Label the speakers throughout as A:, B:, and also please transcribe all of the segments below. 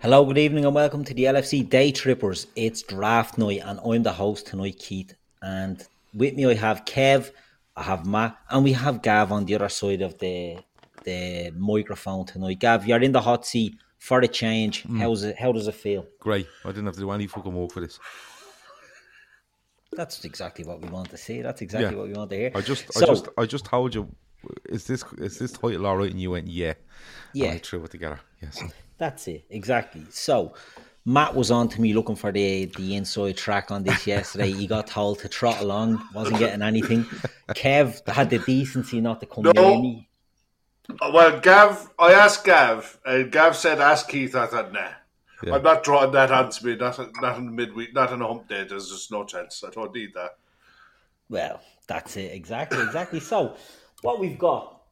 A: Hello, good evening, and welcome to the LFC Day Trippers. It's draft night, and I'm the host tonight, Keith. And with me, I have Kev, I have Matt, and we have Gav on the other side of the the microphone tonight. Gav, you're in the hot seat for a change.
B: Mm.
A: How's it? How does it feel?
B: Great. I didn't have to do any fucking work for this.
A: That's exactly what we want to see. That's exactly
B: Yeah.
A: what we want to hear.
B: I just,
A: So-
B: I just, I just told you, is this is this title all right? And you went, yeah, And
A: yeah,
B: I threw it together. Yes.
A: That's it, exactly. So Matt was on to me looking for the the inside track on this yesterday. he got told to trottle on, wasn't getting anything. Kev had the decency not to come
C: No.
A: near me.
C: Oh, Well, Gav, I asked Gav, and Gav said, "Ask Keith." I thought, "Nah,
B: Yeah.
C: I'm not drawing that answer. Me, not not in midweek, not on a hump day. There's just no chance. I don't need that."
A: Well, that's it, exactly, exactly. So what we've got,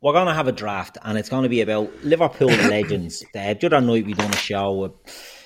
A: we're gonna have a draft, and it's gonna be about Liverpool legends. Uh, The other night we done a show. With,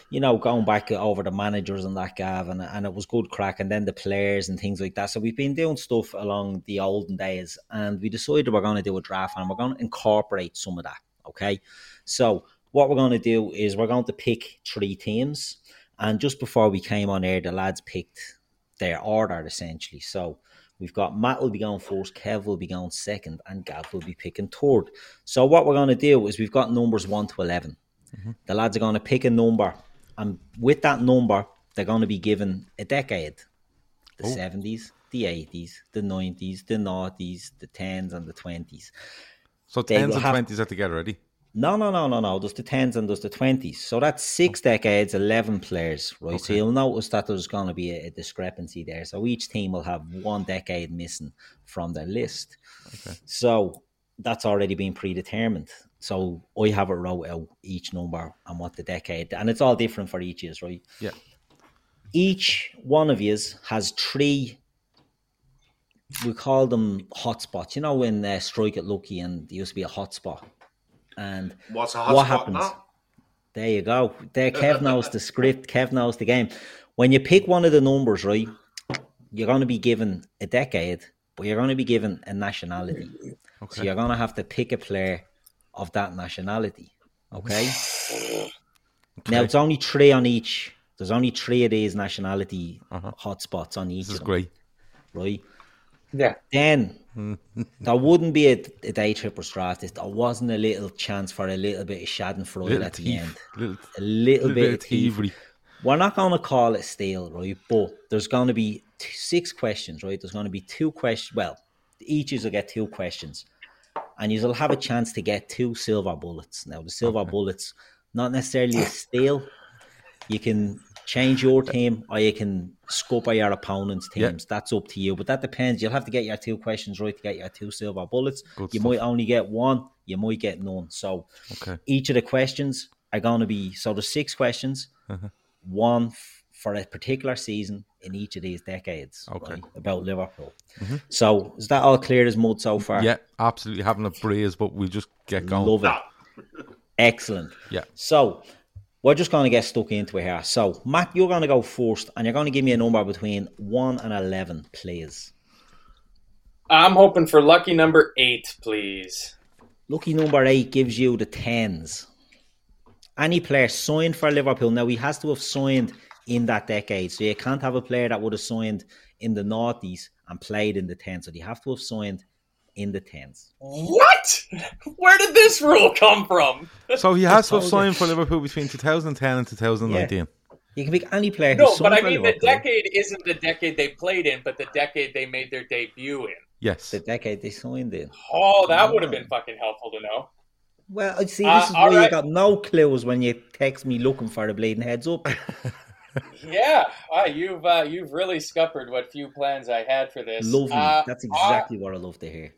A: you know, going back over the managers and that, Gav, and, and it was good crack, and then the players and things like that. So we've been doing stuff along the olden days, and we decided we're going to do a draft, and we're going to incorporate some of that. Okay, so what we're going to do is we're going to pick three teams, and just before we came on air, the lads picked their order essentially. So we've got Matt will be going first, Kev will be going second, and Gav will be picking third. So what we're going to do is we've got numbers one to eleven the lads are going to pick a number, and with that number, they're going to be given a decade the 70s, the 80s, the 90s, the 90s, the 10s, and the 20s.
B: So
A: They
B: tens
A: will
B: and
A: have-
B: twenties are together, ready?
A: No, no, no, no, no. There's the 10s and there's the 20s. So that's six decades, 11 players, right? So you'll notice that there's going to be a, a discrepancy there. So each team will have one decade missing from their list. So that's already been predetermined. So I have it wrote out each number and what the decade, and it's all different for each is, right?
B: Yeah.
A: each one of yous has three we call them hotspots you know when uh, strike it lucky and there used to be a hotspot and
C: What's a
A: what
C: hotspot
A: happens
C: now?
A: there you go there kev knows the script kev knows the game when you pick one of the numbers right you're going to be given a decade but you're going to be given a nationality so you're going to have to pick a player of that nationality okay now it's only three on each. There's only three of these nationality hotspots on each.
B: Uh-huh. This is
A: of them,
B: great.
A: right?
D: Yeah.
A: Then there wouldn't be a, a day trippers draft if there wasn't a little chance for a little bit of Schadenfreude
B: Little
A: at the
B: teeth,
A: end.
B: little,
A: A little,
B: little
A: bit,
B: bit
A: of
B: of
A: teeth.
B: thievery.
A: We're not going to call it stale, right? But there's going to be t- six questions, right? There's going to be two questions. Well, each of you will get two questions, and you'll have a chance to get two silver bullets. Now, the silver bullets, not necessarily a steal. You can change your team or you can scupper your opponent's
B: Yeah.
A: teams. That's up to you. But that depends. You'll have to get your two questions right to get your two silver bullets.
B: Good
A: you
B: stuff.
A: might only get one, you might get none. So
B: Okay.
A: each of the questions are going to be so there's six questions,
B: Uh-huh.
A: one f- for a particular season in each of these decades
B: Okay.
A: right,
B: Mm-hmm.
A: about Liverpool. So is that all clear as mud so far?
B: Yeah, absolutely having a breeze, but we'll just get going.
A: Love it. Excellent.
B: Yeah.
A: So we're just going to get stuck into it here. So, Matt, you're going to go first and you're going to give me a number between 1 and 11, please.
D: I'm hoping for lucky number eight, please.
A: Lucky number 8 gives you the 10s. Any player signed for Liverpool, now he has to have signed in that decade. So you can't have a player that would have signed in the 90s and played in the 10s. So you have to have signed in the 10s.
D: What? Where did this rule come from?
B: So he has to have
A: Soldier.
B: signed for Liverpool between 2010 and 2019.
A: You can pick any player who
D: No,
A: signed
D: but I
A: for
D: mean the
A: Liverpool.
D: decade isn't the decade they played in, but the decade they made their debut in.
B: Yes.
A: The decade they signed in.
D: Oh, that would have been fucking helpful to know.
A: Well, I see,
D: Uh,
A: this is
D: all
A: where you
D: right.
A: got no clues when you text me looking for the bleeding heads up.
D: Yeah, wow, you've uh, you've really scuppered what few plans I had for this.
A: Lovely.
D: Uh,
A: That's
D: I-
A: exactly what I love to hear.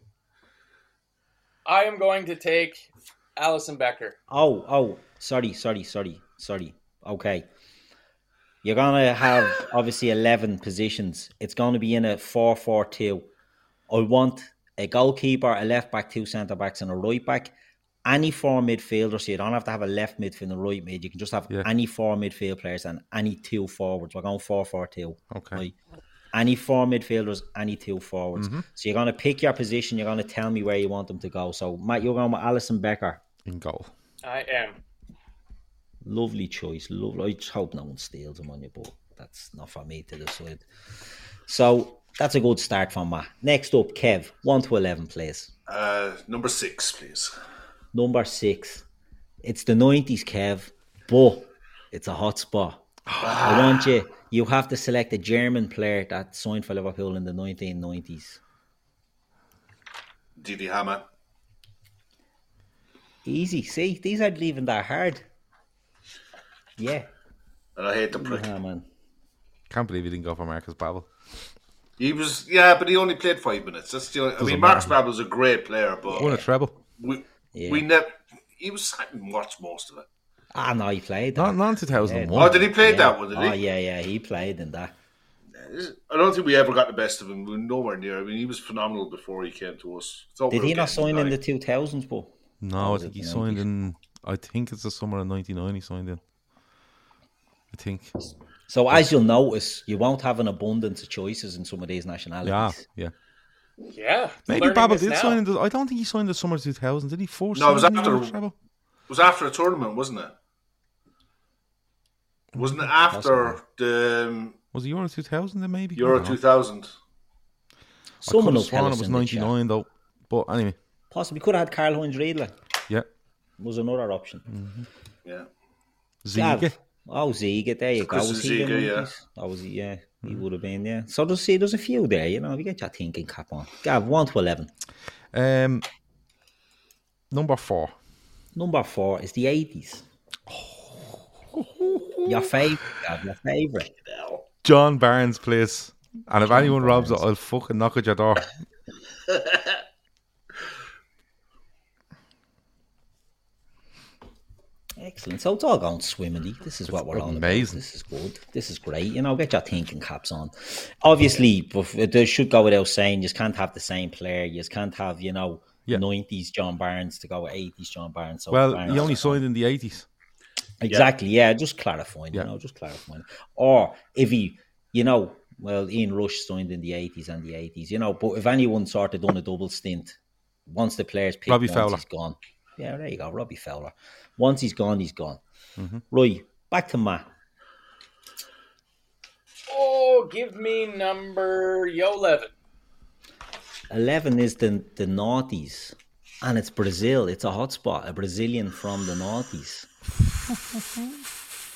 D: I am going to take Allison Becker.
A: Oh, oh, sorry, sorry, sorry, sorry. Okay. You're going to have obviously 11 positions. It's going to be in a 4 4 2. I want a goalkeeper, a left back, two centre backs, and a right back. Any four midfielders, so you don't have to have a left midfield and a right mid. You can just have
B: Yeah.
A: any four midfield players and any two forwards. We're going 4 4 2.
B: Okay.
A: right? Any four midfielders, any two forwards.
B: Mm-hmm.
A: So you're going to pick your position. You're going to tell me where you want them to go. So, Matt, you're going with Alison Becker.
B: In goal.
D: I am.
A: Lovely choice. Lovely. I just hope no one steals them on you, but that's not for me to decide. So that's a good start from Matt. Next up, Kev, 1 to 11, please.
C: Uh, number six, please.
A: Number six. It's the 90s, Kev, but it's a hot spot. I want you, you have to select a German player that signed for Liverpool in the 1990s.
C: Didi Hammer.
A: Easy. See, these aren't even that hard. Yeah.
C: And I hate the prick.
A: Yeah, man.
B: Can't believe he didn't go for Marcus Babel.
C: He was, yeah, but he only played five minutes. That's the only, I mean, Mark Brad was a great player, but
B: Won a treble.
C: we,
A: Yeah.
C: we never, he was sat and watched most of it.
A: Ah, no, he played. that.
B: Not, not in 2001.
C: Oh, did he play
A: Yeah.
C: that one, did
A: Oh,
C: he?
A: yeah, yeah, he played in that.
C: I don't think we ever got the best of him. We were nowhere near. I mean, he was phenomenal before he came to us. Thought we
A: Did
C: were
A: he not
C: getting
A: sign in
C: him,
A: the 2000s, but
B: No, I
A: was
B: think
A: it,
B: he
A: the
B: signed
A: 90s?
B: in. I think it's the summer of '99. He signed in. I think.
A: So, as you'll notice, you won't have an abundance of choices in some of these
B: Yeah,
A: nationalities.
B: yeah.
D: Yeah.
B: Maybe
D: learning
B: Babel
D: this
B: did
D: now.
B: sign in. The, I don't think he signed the summer of 2000. Did he? Four.
C: No, it was
B: signs in
C: after-
B: the treble?
C: It was after a tournament, wasn't it? Wasn't it after the um,
B: Was it Euro 2000? Then maybe. I
C: Euro
B: don't know.
C: 2000?
B: I could
A: Someone will
B: have
A: tell
B: sworn
A: us
B: it was
A: in the chat.
B: '99 though. But anyway,
A: Possibly could have had Karl Heinz Riedler.
B: yeah.
A: Was another option.
C: Yeah.
B: Ziga.
A: Gav. Oh, Ziga, there you go.
C: Because
A: Was
C: of
A: he in
C: Ziga,
A: one of
C: yeah.
A: these? Oh, was he? Yeah, he would have been, yeah. So, there's, see, there's a few there, you know. You get your thinking cap on. Gav, 1 to 11.
B: Um, number four.
A: Number four is the 80s. Your favourite, Gav, your favourite.
B: John Barnes, please. And if anyone robs it, I'll fucking knock at your door.
A: Excellent. So it's all going swimmingly. This is what we're on.
B: amazing.
A: About. This is good. This is great. You know, get your thinking caps on. Obviously, bef- it does- should go without saying, you just can't have the same player. You just can't have, you know,
B: Yeah.
A: 90s John Barnes to go with 80s John Barnes. So
B: Well,
A: Barnes-
B: he only signed in the '80s.
A: Exactly. Yeah. just clarifying.
B: Yeah.
A: You know, just clarifying. Or if he, you know, well, Ian Rush signed in the eighties and the eighties. You know, but if anyone sort of done a double stint, once the player's picked,
B: Robbie
A: once
B: Fowler.
A: he's gone. Yeah, there you go, Robbie Fowler. Once he's gone, he's gone.
B: Mm-hmm.
A: Right, back to Matt.
D: Oh, give me number yo eleven.
A: Eleven is the the noughties. And it's Brazil. It's a hotspot. A Brazilian from the noughties.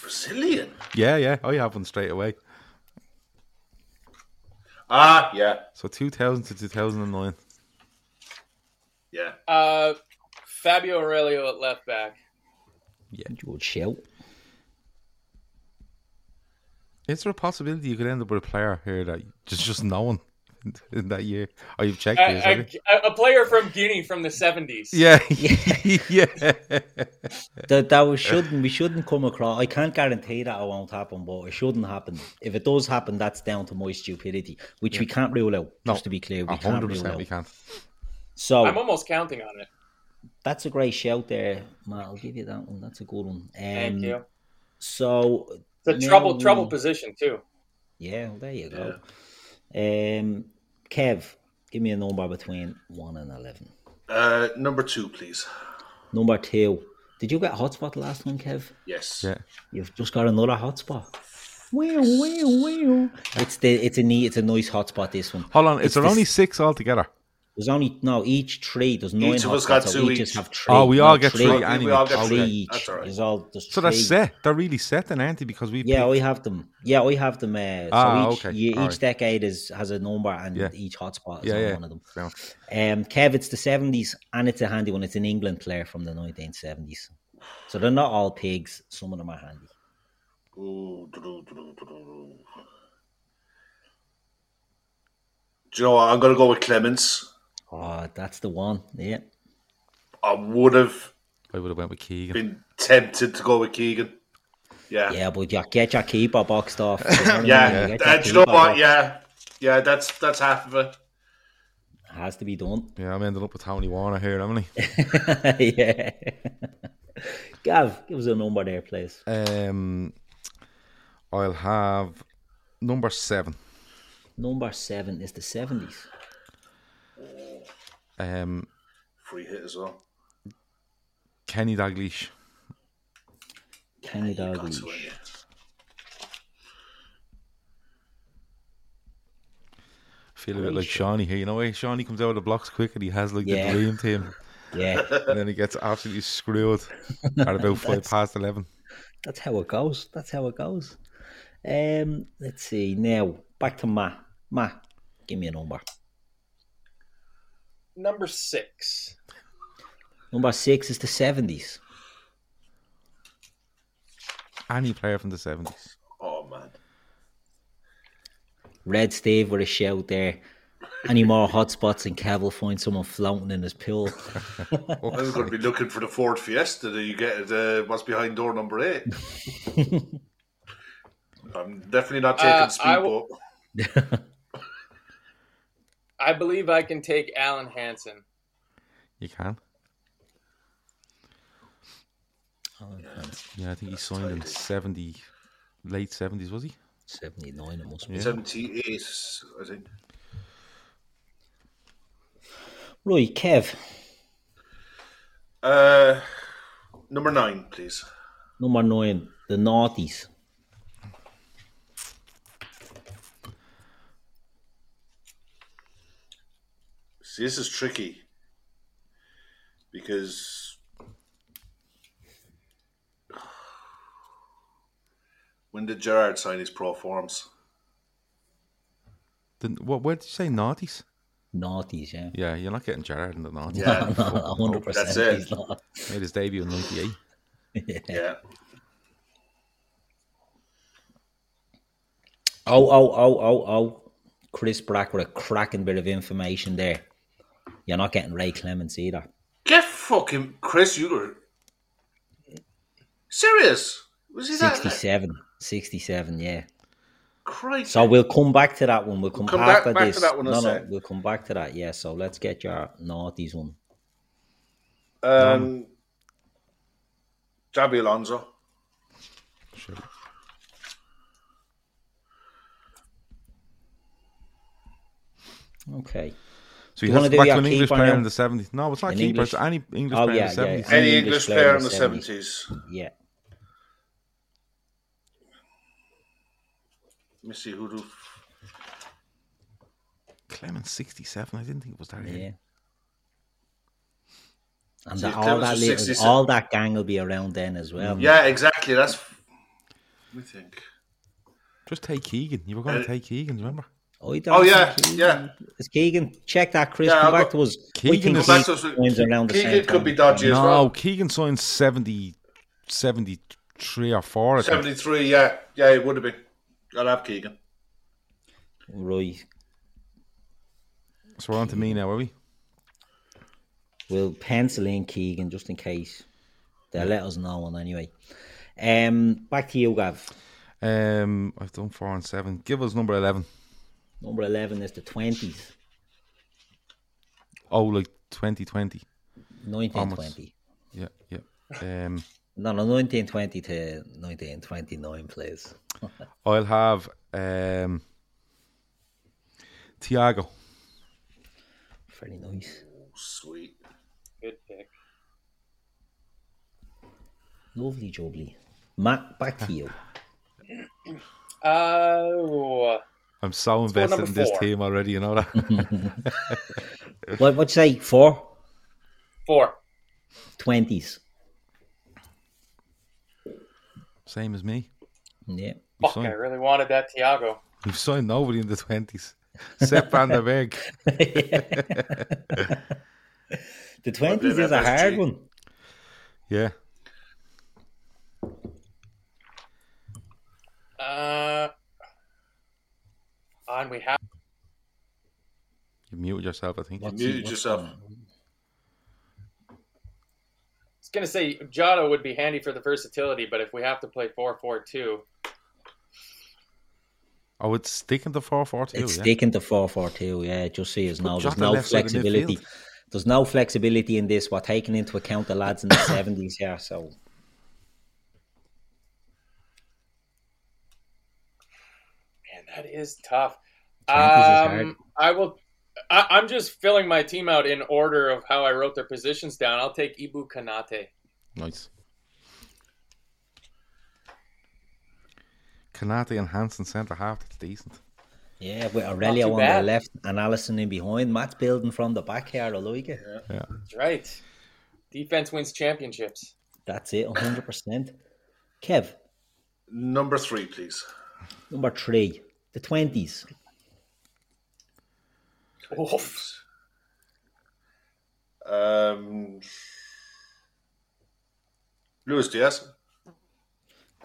C: Brazilian.
B: Yeah, yeah. I have one straight away.
C: Ah, yeah,
B: So 2000 to 2009.
C: yeah.
D: Uh, Fabio Aurelio at left back.
A: You would shout.
B: Is there a possibility you could end up with a player here that just just no one in that year? Oh, you've checked this, have
D: A,
B: you?
D: a, a player from Guinea from the 70s.
B: Yeah, yeah.
A: That that we shouldn't we shouldn't come across. I can't guarantee that it won't happen, but it shouldn't happen. If it does happen, that's down to my stupidity, which we can't rule out.
B: No,
A: just to be clear, we
B: A
A: can't
B: hundred
A: rule
B: percent, we
A: out.
B: can't.
A: So
D: I'm almost counting on it.
A: that's a great shout there, Matt. I'll give you that one. That's a good one. Um,
D: Thank you.
A: So
D: It's a
A: now
D: trouble,
A: we-
D: trouble position too.
A: Yeah, well, there you go. Um, Kev, give me a number between one and eleven.
C: Uh, number two, please.
A: Number two. Did you get a hotspot last one, Kev?
C: Yes.
B: Yeah.
A: You've just got another hotspot. Wow, wow, wow. It's the it's a neat, it's a nice hotspot. This one.
B: Hold on, is there
A: the-
B: only six altogether?
A: There's only no each three. There's nine.
C: Each of
A: hotspots,
C: us got
A: so
C: two
A: each. us
C: each.
A: Have three.
B: Oh, we all
A: No,
B: get
A: three.
B: three,
C: We- we
B: anyway.
C: all get
B: Okay.
A: Three
C: three.
A: each.
C: That's all right.
A: There's all there's
B: So that's
A: three.
B: set. They're really set then, aren't they? Because we
A: Yeah,
B: picked-
A: I have them. Yeah, I have them. Uh,
B: Ah,
A: so each
B: okay.
A: ye- each
B: All right.
A: decade is has a number, and
B: Yeah.
A: each hotspot is
B: yeah,
A: on
B: yeah.
A: one of them.
B: So,
A: Um, Kev, it's the seventies, and it's a handy one. It's an England player from the nineteen seventies, so they're not all pigs. Some of them are handy.
C: Ooh, do-do, do-do, do-do. Do you know what? I'm going to go with Clements.
A: Oh, that's the one. Yeah,
C: I would have
B: I would have went with Keegan.
C: been tempted to go with Keegan. Yeah.
A: yeah, but yeah, get your keeper boxed off.
C: Yeah.
A: Get your
C: Uh, do you know
A: keeper
C: what?
A: boxed.
C: Yeah. Yeah, that's that's half of it.
A: has to be done.
B: Yeah, I'm ending up with Tony Warner here, haven't I?
A: yeah. Gav, give us a number there, please.
B: Um, I'll have number seven.
A: Number seven is the seventies.
B: Um,
C: Free hit as well.
B: Kenny Dalglish.
A: Kenny
C: You got
A: Dalglish.
C: to it, yeah.
B: Feel a bit like Shawnee here, you know. eh? Shawnee comes out of the blocks quick and he has like
A: Yeah.
B: the dream team,
A: Yeah,
B: and then he gets absolutely screwed at about five past eleven.
A: that's how it goes. That's how it goes. Um, let's see now. Back to Ma. Ma, give me a number.
D: Number six.
A: Number six is the seventies.
B: Any player from the seventies?
C: Oh, man.
A: Red Steve with a shout there. Any more hotspots and Kev will find someone floating in his pool.
C: I was going to be looking for the Ford Fiesta that you get at uh, what's behind door number eight. I'm definitely not taking
D: Uh, I
C: Speedboat.
D: I believe I can take Alan Hansen.
B: You can. Yeah, I think he signed in seventy, late seventies, was he?
A: Seventy nine, it must be.
C: 78, I think.
A: Right, Kev,
C: Uh, number nine, please.
A: number nine, the noughties.
C: See, this is tricky because when did Gerard sign his pro forms?
B: Then what? Where did you say nineties?
A: Noughties, yeah.
B: Yeah, you're not getting Gerard in the nineties.
C: Yeah,
A: A hundred percent.
C: That's it.
A: he's not.
B: Made his debut in ninety eight.
C: yeah.
A: Oh, oh, oh, oh, oh. Chris Brack with a cracking bit of information there. You're not getting Ray Clements either.
C: Get fucking Chris. You were serious? Was he that?
A: 67. 67, yeah.
C: Christ.
A: So we'll come back to that one. We'll come,
C: Come back-
A: after
C: back to
A: this.
C: that one, I
A: no, no,
C: said.
A: we'll come back to that. Yeah, so let's get your noughties one.
C: Um, Javi Alonso.
B: Sure.
A: Okay.
B: So
A: you
B: he
A: wanna
B: has to
A: do
B: back to
A: your
B: an English
A: keeper
B: player
A: now?
B: in the seventies. No, it's not
A: An
B: keeper.
A: English-
B: It's any English
A: Oh,
B: player
A: yeah,
B: in the
A: yeah,
B: seventies.
A: yeah.
C: Any English player in the seventies.
A: Yeah.
C: Let me see who do.
B: Clemens sixty-seven. I didn't think it was that.
A: Yeah.
B: Yeah.
A: And
C: See,
A: the- all,
C: Clemens
A: that
C: was
A: little,
C: 67.
A: all that gang will be around then as well.
C: Yeah, exactly. That's. Let me think.
B: Just take Keegan. You were going to take Keegan. Remember?
A: I don't
C: Oh yeah,
A: think Keegan-
C: yeah.
A: It's Keegan. Check that, Chris.
C: Yeah,
A: come
C: I'll
A: back
C: go-
A: to us.
B: Keegan
C: Go
B: is-
C: back to us.
A: Times around the
C: Keegan
A: same
C: could
A: time.
C: be dodgy as
B: no,
C: well.
B: Keegan signed 70, 73 or four. I think.
C: Seventy-three. Yeah, yeah, it would have been. I'll have Keegan.
A: Right.
B: So we're on to me now, are we?
A: We'll pencil in Keegan just in case. They'll let us know on anyway. Um, back to you, Gav.
B: Um, I've done four and seven. Give us number eleven.
A: Number 11 is the 20s.
B: Oh, like twenty twenty.
A: 1920.
B: Yeah, yeah. Um,
A: No, no, 1920 to 1929, please.
B: I'll have um, Tiago.
A: Very nice.
C: Sweet.
D: Good pick.
A: Lovely jubbly. Matt, back to you.
D: Oh,
B: I'm so
D: go
B: invested
D: number
B: in this
D: four.
B: team already. You know that.
A: what, what'd you say? Four?
D: four.
A: 20s.
B: Same as me.
A: Yeah.
D: Fuck,
B: Fine.
D: I really wanted that Tiago.
B: We've signed nobody in the twenties. Sepp van der Berg.
A: The 20s
C: did
A: is a
C: FSG.
A: hard one.
B: Yeah.
D: Uh, and we have
B: You muted yourself, I think.
A: What's
C: Mute
A: what's
C: yourself.
A: going on?
D: I was gonna say Jotto would be handy for the versatility, but if we have to play four four two,
B: Oh, it's sticking to four four two.
A: It's
B: yeah.
A: sticking to 4 4 2. Yeah, it just see us now. There's
B: Jota
A: no
B: left side of
A: flexibility.
B: midfield.
A: There's no flexibility in this. We're taking into account the lads in the 70s here. So,
D: man, that is tough.
A: 20s is
D: Um, I will. I, I'm just filling my team out in order of how I wrote their positions down. I'll take Ibu Kanate.
B: Nice. Kanate and Hansen centre half. That's decent.
A: yeah, with Aurelio
D: too
A: on
D: bad.
A: the left and Allison in behind. Matt's building from the back here. I like it.
D: That's right. Defense wins championships.
A: That's it, 100%. Kev,
C: Number three, please.
A: number three, the 20s.
D: Oof.
C: Um, Luis Diaz.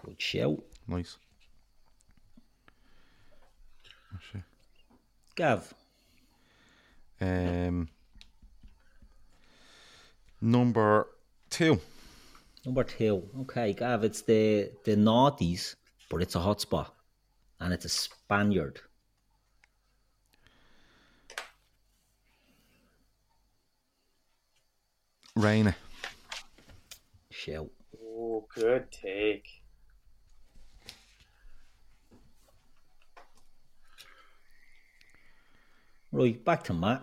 A: Good shout.
B: Nice. Oh, shit.
A: Gav,
B: Um, number two.
A: number two. Okay, Gav, it's the, the noughties, but it's a hot spot. And it's a Spaniard.
B: Reina.
A: Shout.
D: Ooh, good take.
A: Right, back to Matt.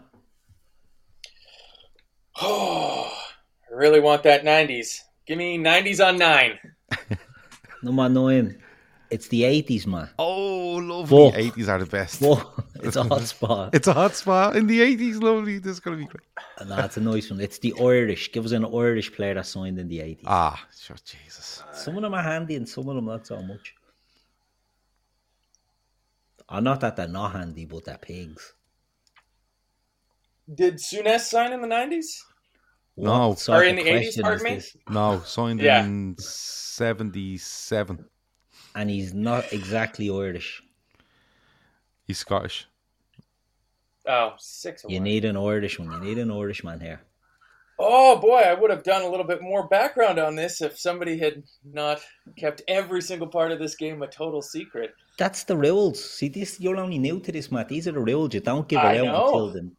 D: Oh, I really want that 90s. Give me 90s on nine.
A: Number nine, um, it's the 80s, Matt.
B: Oh, lovely.
A: Fuck.
B: Eighties are the best.
A: Whoa, it's a hot spot.
B: It's a hot spot in the eighties. Lovely. This is gonna be great.
A: no, it's a nice one. It's the Irish. Give us an Irish player that signed in the 80s.
B: Ah, sure. Jesus.
A: Some of them are handy and some of them not so much. Or not that they're not handy, but they're pigs.
D: Did Sunes sign in the 90s?
B: No.
A: What sort
D: Or in
A: of
D: the 80s,
A: question
D: pardon
A: is
D: me?
A: this?
B: No, signed
D: Yeah.
B: in seventy-seven.
A: And he's not exactly Irish.
B: He's Scottish.
D: Oh, six. of
A: You
D: one.
A: need an Irish one. You need an Irish man here.
D: Oh boy, I would have done a little bit more background on this if somebody had not kept every single part of this game a total secret.
A: That's the rules. See, this you're only new to this, Matt. These are the rules. You don't give it
D: I
A: out
D: know.
A: until then.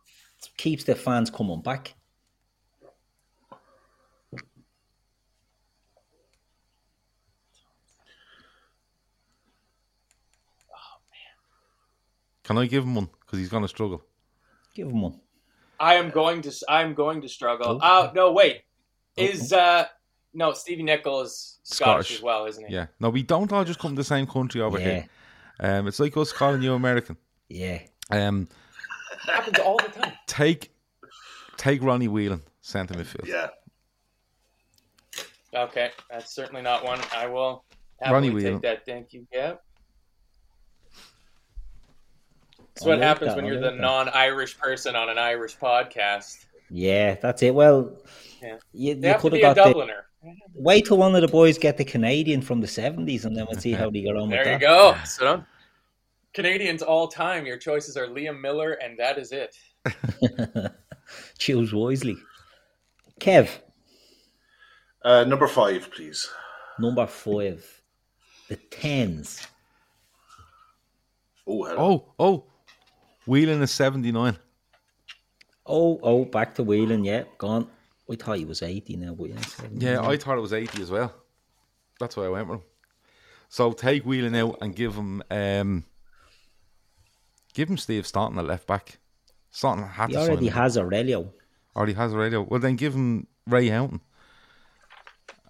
A: It keeps the fans coming back.
B: Can I give him one? Because he's gonna struggle.
A: Give him one.
D: I am going to I am going to struggle. Oh, no, wait. Is uh no, Stevie Nickel is Scottish,
B: Scottish.
D: as well, isn't he?
B: Yeah. No, we don't all just come to the same country over
A: yeah,
B: here. Um, it's like us calling you American.
A: yeah.
B: Um,
D: Happens all the time.
B: take, take Ronnie Whelan, centre midfield.
C: Yeah.
D: Okay, that's certainly not one. I will happily
B: Ronnie Whelan.
D: take that. Thank you, Gab. That's
A: I
D: what
A: like
D: happens
A: that,
D: when
A: I
D: you're
A: like
D: the
A: that.
D: non-Irish person on an Irish podcast.
A: Yeah, that's it. Well,
D: Yeah.
A: you,
D: They
A: you
D: have to
A: could
D: be a
A: have got the,
D: Dubliner.
A: wait till one of the boys get the Canadian from the seventies, and then we'll see how they get on with
D: There you
A: that.
D: go. So Canadians all time, your choices are Liam Miller, and that is it.
A: Choose wisely. Kev,
C: Uh, number five, please.
A: number five, the tens.
C: Oh, hell.
B: Oh, oh, Wheeling is 79.
A: Oh, oh, back to Whelan. Yeah, gone. We thought he was 80 now, but yeah. 70.
B: Yeah, I thought it was 80 as well. That's why I went with him. So take Wheeling out and give him um, give him Steve Staunton at left back. Staunton had
A: He
B: to sign
A: already
B: him.
A: has Aurelio.
B: already has a radio. Well, then give him Ray Houghton.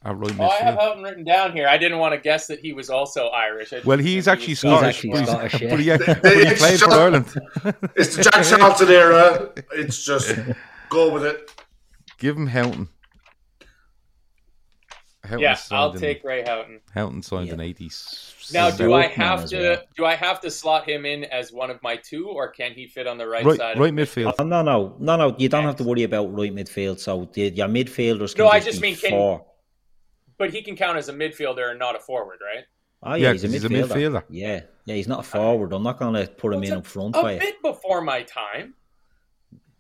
B: At right
D: Oh, I have
B: midfield.
D: Houghton written down here. I didn't want to guess that he was also Irish. I just
B: Well,
D: assumed
B: he's
D: he
B: actually
D: was
B: Scottish,
A: actually
B: but, he's-
A: Scottish, yeah.
B: but he, act- but he
C: It's
B: played
C: just-
B: for Ireland.
C: It's the Jack Charlton era. It's just go with it.
B: Give him Houghton. Houghton
D: Yeah,
B: signed
D: I'll
B: in-
D: take Ray Houghton.
B: Houghton signed
A: Yeah.
B: in '80s.
D: Now,
A: He's
D: do
A: out
D: I
A: now
D: have
A: as
D: to
A: well.
D: do I have to slot him in as one of my two, or can he fit on the right,
B: right,
D: side?
B: right
D: of
B: midfield?
A: Oh, no, no, no, no. You don't have to worry about right midfield. So the, your midfielders can
D: No, I just
A: be
D: mean can-
A: four.
D: But he can count as a midfielder and not a forward, right?
A: Oh,
B: Yeah,
A: yeah, he's,
B: 'cause
A: a
B: he's a
A: midfielder.
B: midfielder.
A: Yeah, yeah, he's not a forward. I'm not going to put him
D: Uh,
A: in
D: Well,
A: up
D: it's
A: front
D: a,
A: by
D: a
A: you.
D: bit before my time.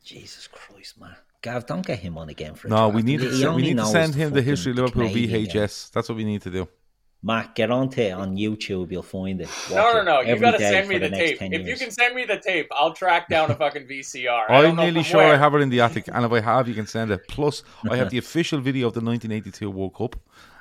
A: Jesus Christ, man. Gav, don't get him on again for a
B: No, we
A: draft.
B: need
A: He-
B: to,
A: he
B: se- we
A: only
B: need to
A: knows
B: send him the history of
A: fucking
B: Liverpool
A: Canadian
B: VHS.
A: game.
B: That's what we need to do.
A: Matt, get onto it on YouTube. You'll find it.
D: No,
A: Watch
D: no,
A: it
D: no. You
A: every
D: got to
A: day
D: send
A: for
D: me the,
A: next
D: tape.
A: 10
D: If you
A: years.
D: can send me the tape, I'll track down a fucking VCR. I
B: I'm
D: don't know
B: nearly
D: from
B: sure I
D: where.
B: have it in the attic, and if I have, you can send it. Plus, I have the official video of the 1982 World Cup,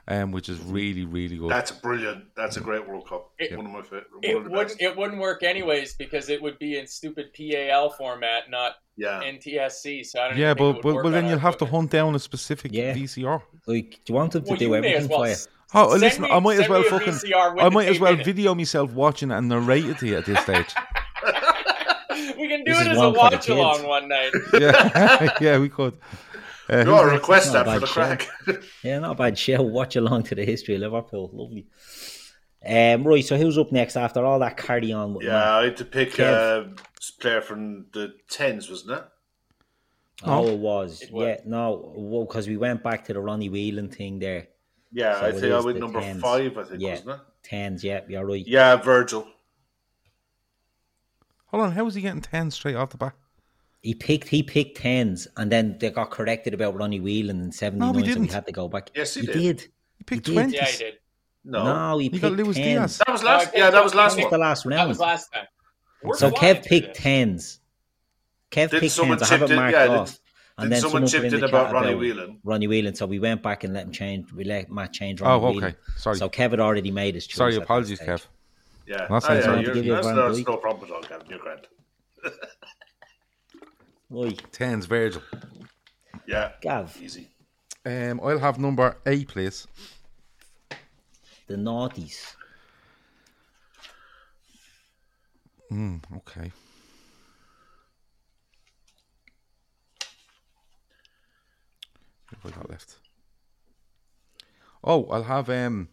B: um, which is really, really good.
C: That's brilliant. That's a great World Cup.
D: It-
C: one of my favorite. One
D: It
C: of the best.
D: wouldn't. It wouldn't work anyways because it would be in stupid PAL format, not
C: yeah.
D: NTSC. So I don't.
B: yeah,
D: even think it
B: but
D: would
B: well,
D: work
B: well,
D: on
B: then
D: our
B: you'll have to hunt
D: equipment.
B: down a specific
A: Yeah.
B: VCR.
A: Like, do you want him to
D: Well, you
A: do
D: may
A: everything
D: as well.
A: for you?
D: s-
B: Oh,
D: send
B: listen,
D: me-
B: I might as
D: send
B: well
D: me a
B: fucking,
D: VCR with
B: I
D: the
B: might as
D: tape
B: well
D: in it.
B: video myself watching and narrate it to you at this stage.
D: we can do
A: This is
D: it as a
A: one for the
D: watch along
A: kids.
D: one night.
B: yeah, yeah, we could. Uh,
C: You ought to request
A: Not
C: that
A: a
C: for
A: bad
C: the crack.
A: Yeah, not a bad show. Watch along to the history of Liverpool. Lovely. Um, right, so who's up next after all that carry on? With
C: yeah,
A: Matt?
C: I had to pick a
A: Kev.
C: player from the tens, wasn't it?
A: Oh, it was.
D: It was.
A: yeah, no, because we went back to the Ronnie Whelan thing there.
C: Yeah,
A: So
C: I
A: it
C: think I
A: is
C: went
A: the
C: number
A: 10s.
C: five. I think
A: Yeah.
C: wasn't it?
A: Tens, yeah, you're right.
C: Yeah, Virgil.
B: Hold on, how is he getting ten straight off the bat?
A: He picked he picked tens, and then they got corrected about Ronnie Whelan in '79, so we
B: didn't.
A: had to go back.
C: Yes, he
A: he
C: did.
A: did.
B: He picked
A: did.
B: twenty.
D: Yeah, I did.
C: No,
A: No, he
B: He
A: picked
B: got Luis
A: 10s.
B: Diaz.
C: that was last.
D: No, I
C: yeah, that was
D: picked-
C: last
A: That was
C: one.
A: the last round.
D: That was last time. We're
A: So Kev
D: flying through
A: picked
D: this.
A: tens. Kev
C: Didn't
A: picked
C: someone
A: tens. I have
C: chip
A: it
C: in-
A: marked
C: yeah, didn't-
A: off.
C: didn't someone
A: put
C: chipped
A: the
C: in
A: chat
C: about Ronnie Whelan?
A: Ronnie Whelan. So we went back and let him change. We let Matt change Ronnie
B: Oh,
A: Whelan.
B: okay. Sorry,
A: So Kev had already made his choice.
B: sorry.
A: at that
B: Apologies,
A: stage.
B: Kev.
C: Yeah,
B: That's
C: Ah,
B: nice,
C: yeah,
B: I
C: you're-
A: give you a
C: that's,
A: grand
C: that's
A: break.
C: no problem at all, Gavin. You're grand.
A: Right,
B: Tens, Virgil.
C: Yeah,
A: Gav,
C: easy.
B: Um, I'll have number eight, please.
A: the naughties.
B: Okay. What have I got left? Oh, I'll have um.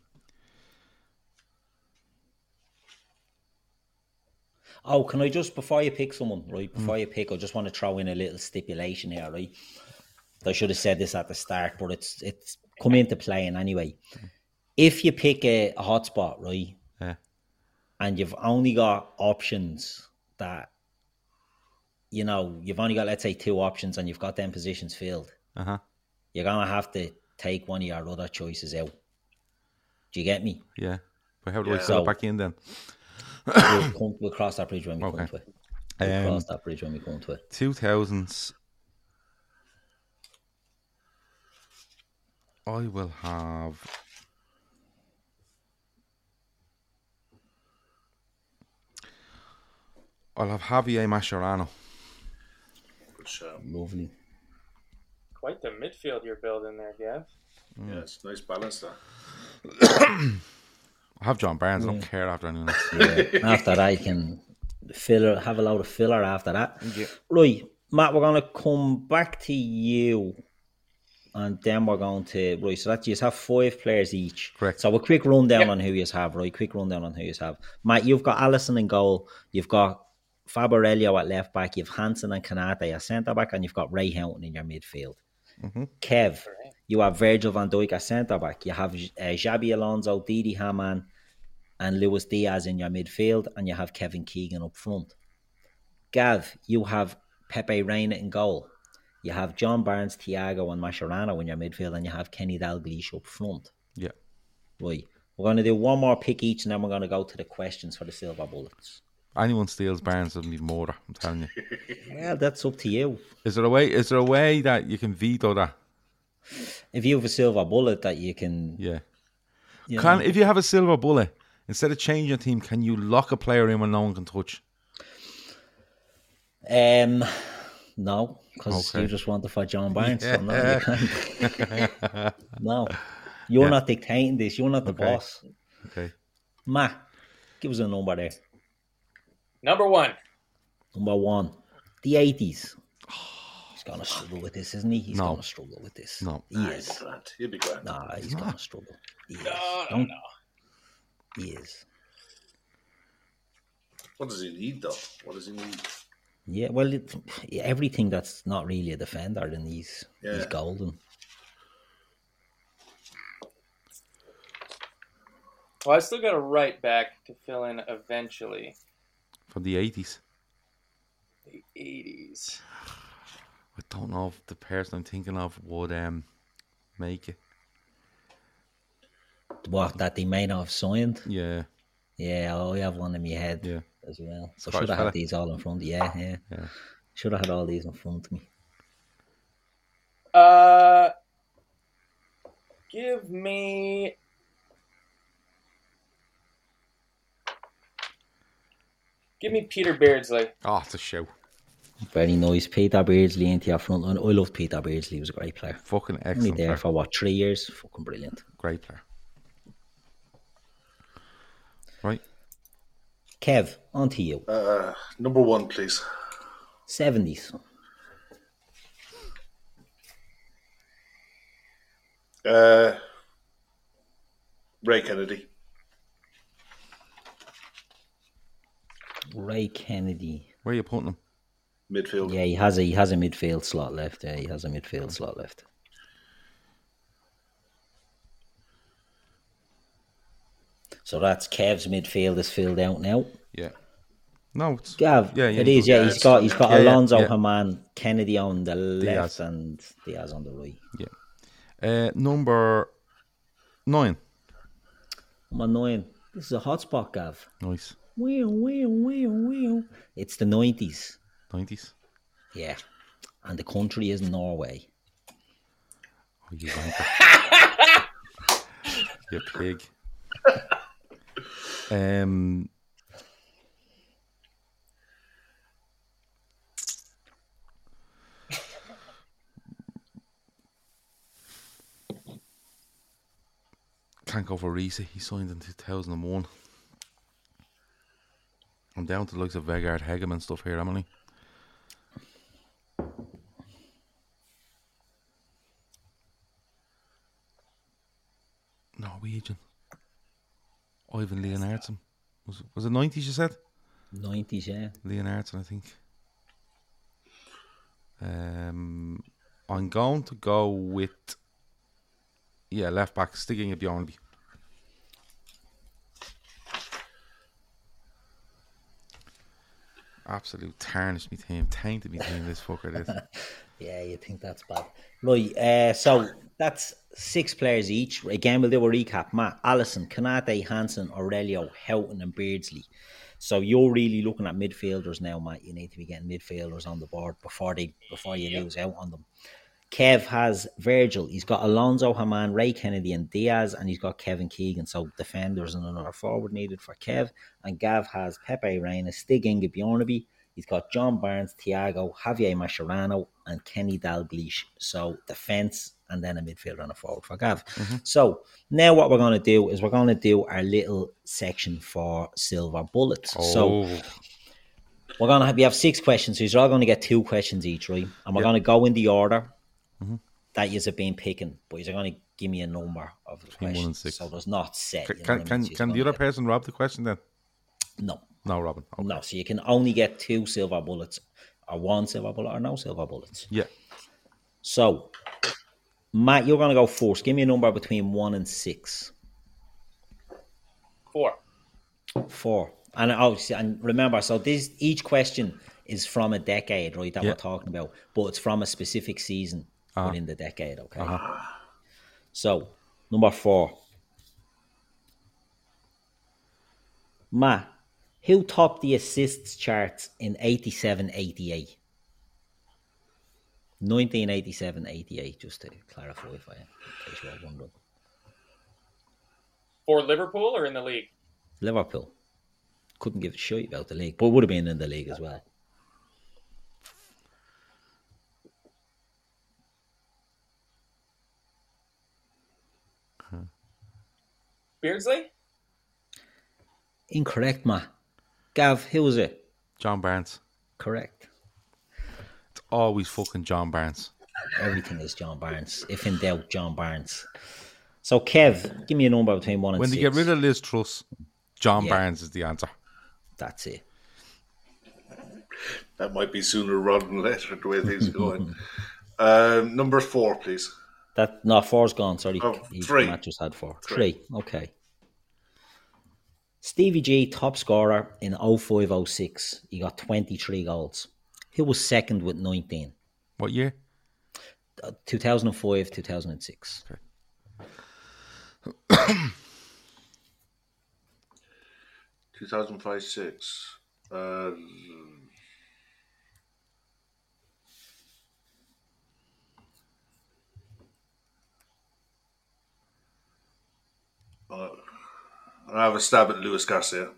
A: Oh, can I just before you pick someone,
B: Mm.
A: right? Before you pick, I just want to throw in a little stipulation here, right? I should have said this at the start, but it's it's come into play in anyway. If you pick a, a hotspot, right,
B: Yeah.
A: and you've only got options that you know, you've only got let's say two options and you've got them positions filled,
B: Uh huh.
A: you're gonna have to take one of your other choices out. Do you get me?
B: Yeah. But how do I
C: Yeah.
B: sell
A: So-
B: it back in then?
A: We'll, come, we'll cross that bridge when we come
B: Okay.
A: to it. We'll
B: Um,
A: cross that bridge when we come to it.
B: two thousands. I will have. I'll have Javier Mascherano.
C: Good show.
A: Lovely.
D: Quite the midfield you're building there, Gav.
C: Yeah, it's nice balance there.
B: I have John Barnes. I don't care after anyone else.
A: after that, you can filler have a lot of filler after that. Right, Matt, we're gonna come back to you, and then we're going to right. So that you have five players each.
B: Correct.
A: So a quick rundown
D: Yep.
A: on who you have, right? Quick rundown on who you have. Matt, you've got Allison in goal. You've got Fabarello at left back. You've Hansen and Kanate at centre back, and you've got Ray Houghton in your midfield. Kev, you have Virgil van Dijk at centre back. You have uh, Xabi Alonso, Didi Hamann, and Luis Diaz in your midfield, and you have Kevin Keegan up front. Gav, you have Pepe Reina in goal. You have John Barnes, Thiago, and Mascherano in your midfield, and you have Kenny Dalglish up front.
B: Yeah.
A: Right. We're going to do one more pick each, and then we're going to go to the questions for the silver bullets.
B: Anyone steals Barnes doesn't even order, I'm telling you.
A: Well, that's up to you.
B: Is there a way is there a way that you can veto that?
A: If you have a silver bullet that you can,
B: Yeah.
A: you
B: Can
A: know,
B: if you have a silver bullet, instead of changing your team, can you lock a player in when no one can touch?
A: um, no, because
B: Okay.
A: you just want to fight John Barnes. So no, you can't. no, you're not dictating this. You're not the
B: Okay.
A: boss.
B: Okay.
A: Matt, give us a number there.
D: Number one.
A: Number one, the eighties. He's gonna struggle with this, isn't he? He's
B: No.
A: gonna struggle with this.
B: No.
A: he is.
C: Grand. He'll be grand.
A: Nah, he's gonna struggle. He is.
D: No, no,
A: Don't-
D: no.
A: He is.
C: What does he need, though? What does he need?
A: Yeah, well, it, everything that's not really a defender, then he's he's
C: Yeah.
A: golden.
D: Well, I still got a right back to fill in eventually.
B: From the eighties.
D: The 80s.
B: I don't know if the person I'm thinking of would um make it.
A: What that they may not have signed.
B: Yeah.
A: Yeah, oh, I have one in my head
B: Yeah.
A: as well. So
B: Scottish
A: should have
B: fella.
A: had these all in front. Yeah, yeah.
B: Yeah.
A: Should have had all these in front of me.
D: Uh, give me. Give me Peter Beardsley.
B: Oh, it's a show.
A: Very nice. Peter Beardsley into your front line. I loved Peter Beardsley. He was a great player.
B: Fucking
A: Only
B: excellent.
A: there
B: Player.
A: for what three years? Fucking brilliant.
B: Great player. Right.
A: Kev, on to you.
C: Uh, number one, please.
A: Seventies.
C: Uh, Ray Kennedy.
A: Ray Kennedy.
B: Where are you putting him?
C: Midfield.
A: Yeah, he has a he has a midfield slot left. Yeah, he has a midfield slot left. So that's Kev's midfield is filled out now.
B: Yeah. No, it's
A: Gav,
B: Yeah, yeah,
A: it
B: he
A: is.
B: does.
A: Yeah,
C: Yeah,
A: he's
C: it's-
A: got he's got
B: yeah, yeah,
A: Alonso,
B: yeah.
A: Haman, Kennedy on the left,
B: Diaz.
A: and Diaz on the right.
B: yeah. Uh, number nine.
A: Number nine. This is a hot spot, Gav.
B: Nice.
A: Wheel, wheel, wheel, wheel. It's the nineties.
B: Nineties.
A: Yeah, and the country is Norway.
B: Oh, you wanker. you pig. Um, can't go for Reese. He signed in 2001. I'm down to the likes of Vegard Hegeman stuff here, Emily. Norwegian. Ivan Leonardson. Was, was it 90s you said?
A: Nineties, yeah.
B: Leonardson, I think. Um, I'm going to go with yeah, left back sticking at Bjornby. Absolute tarnished me team, tainted me team. This fucker did.
A: Yeah, you think that's bad. Right, uh, so that's six players each. Again, we'll do a recap. Matt, Allison, Kanate, Hansen, Aurelio, Houghton, and Beardsley. So you're really looking at midfielders now, Matt. You need to be getting midfielders on the board before they before you lose out on them. Kev has Virgil. He's got Alonso, Haman, Ray Kennedy, and Diaz, and he's got Kevin Keegan. So defenders and another forward needed for Kev. And Gav has Pepe Reina, Stig Inge Bjornaby. He's got John Barnes, Thiago, Javier Mascherano, and Kenny Dalglish. So defense and then a midfielder and a forward for Gav. So now what we're going to do is we're going to do our little section for silver bullets. So
B: Oh,
A: we're gonna have you have six questions, so you're all gonna get two questions each, right? And we're gonna go in the order
B: Mm-hmm.
A: that you've been picking, but you're gonna give me a number of the
B: one and
A: questions.
B: six.
A: So there's not set.
B: can
A: you know what I
B: can,
A: mean? So you're
B: can, can the
A: gonna
B: other
A: get-
B: person rob the question then?
A: No,
B: No, Robin. Oh, Okay.
A: no. So you can only get two silver bullets, or one silver bullet, or no silver bullets.
B: Yeah,
A: So, Matt, you're gonna go first. Give me a number between one and six.
D: Four.
A: Four. And obviously, and remember, so this each question is from a decade, right? That
B: Yeah.
A: we're talking about, but it's from a specific season within the decade. Okay. So number four, Matt, who topped the assists charts in 87-88? 1987-88, just to clarify for you, in case you were wondering.
D: For Liverpool or in the league?
A: Liverpool. Couldn't give a shit about the league, but would have been in the league as well.
D: Beardsley?
A: Incorrect, ma. Gav, who was it?
B: John Barnes.
A: Correct.
B: It's always fucking John Barnes.
A: Everything is John Barnes. If in doubt, John Barnes. So, Kev, give me a number between one and
B: When
A: six.
B: they get rid of Liz Truss, John
A: Yeah.
B: Barnes is the answer.
A: That's it.
C: That might be sooner rather than later, the way things are going. um, number four, please.
A: That no four's gone. Sorry,
C: Oh,
A: He-
C: three.
A: Matt just had four. Three. Okay. Stevie G, top scorer in 0506. He got 23 goals. Who was second with Uh, 19?
B: What year?
A: 2005, 2006.
C: Two thousand five six. Um, uh, I'll have a stab at Luis Garcia.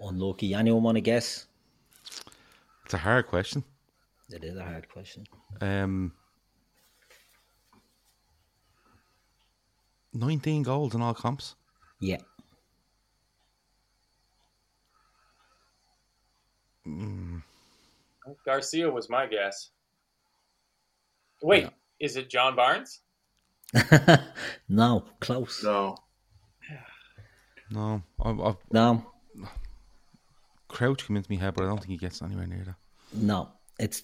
A: Unlucky. Anyone want to guess?
B: It's a hard question.
A: It is a hard question.
B: Um, 19 goals in all comps.
A: Yeah.
D: Garcia was my guess. Wait, is it John Barnes?
A: No, close. No.
C: No,
B: No, I, I,
A: no,
B: Crouch came into my head, but I don't think he gets anywhere near that.
A: It's.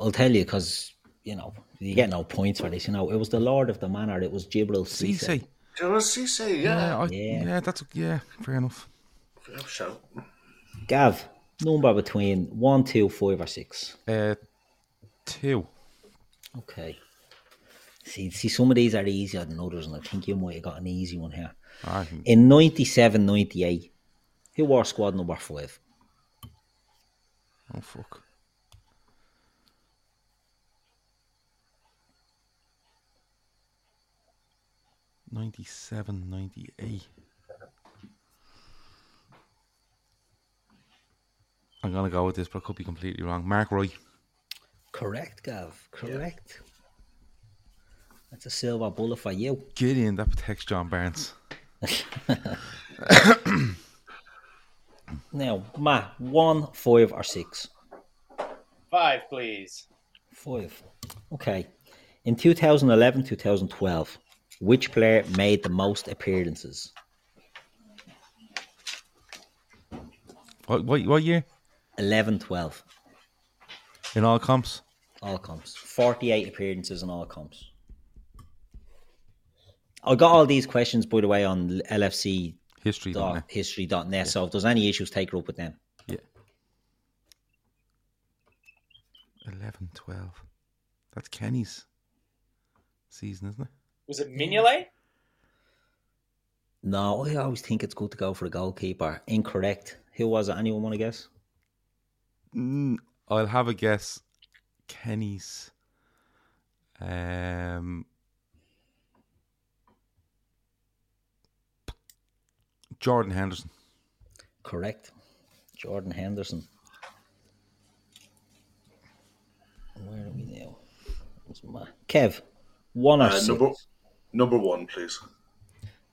A: I'll tell you because you know you get no points for this. You know it was the Lord of the Manor. It was Jibril Cisse.
B: Cisse.
C: Gerald Cisse,
B: Yeah,
C: yeah.
B: I,
A: Yeah.
B: yeah. that's yeah, fair enough.
C: yeah. Shout.
A: Gav, number between one, two, five, or six.
B: Uh, two.
A: Okay. See, see, some of these are easier than others, and I think you might have got an easy one here.
B: I think
A: In 97, 98, who wore squad number five?
B: Oh fuck. Ninety-seven, ninety-eight. I'm gonna go with this, but I could be completely wrong. Mark Roy.
A: Correct, Gav. Correct. That's a silver bullet for you.
B: Get in, that protects John Barnes.
A: Now, Matt, one, five, or six?
D: Five, please.
A: Five. Okay. In 2011 2012, which player made the most appearances?
B: What, what, what year?
A: 11 12.
B: In all comps?
A: All comps. 48 appearances in all comps. I got all these questions, by the way, on LFC
B: History, don't
A: dot
B: they?
A: history dot net. So if there's any issues, take her up with them.
B: Yeah. 11, 12. That's Kenny's season, isn't it?
D: Was it Mignolet?
A: No, I always think it's good to go for a goalkeeper. Incorrect. Who was it? Anyone want to guess?
B: Mm, I'll have a guess. Kenny's. Um, Jordan Henderson.
A: Correct. Jordan Henderson. Where are we now? It's Ma- Kev, one or
C: Uh,
A: six.
C: number number one, please.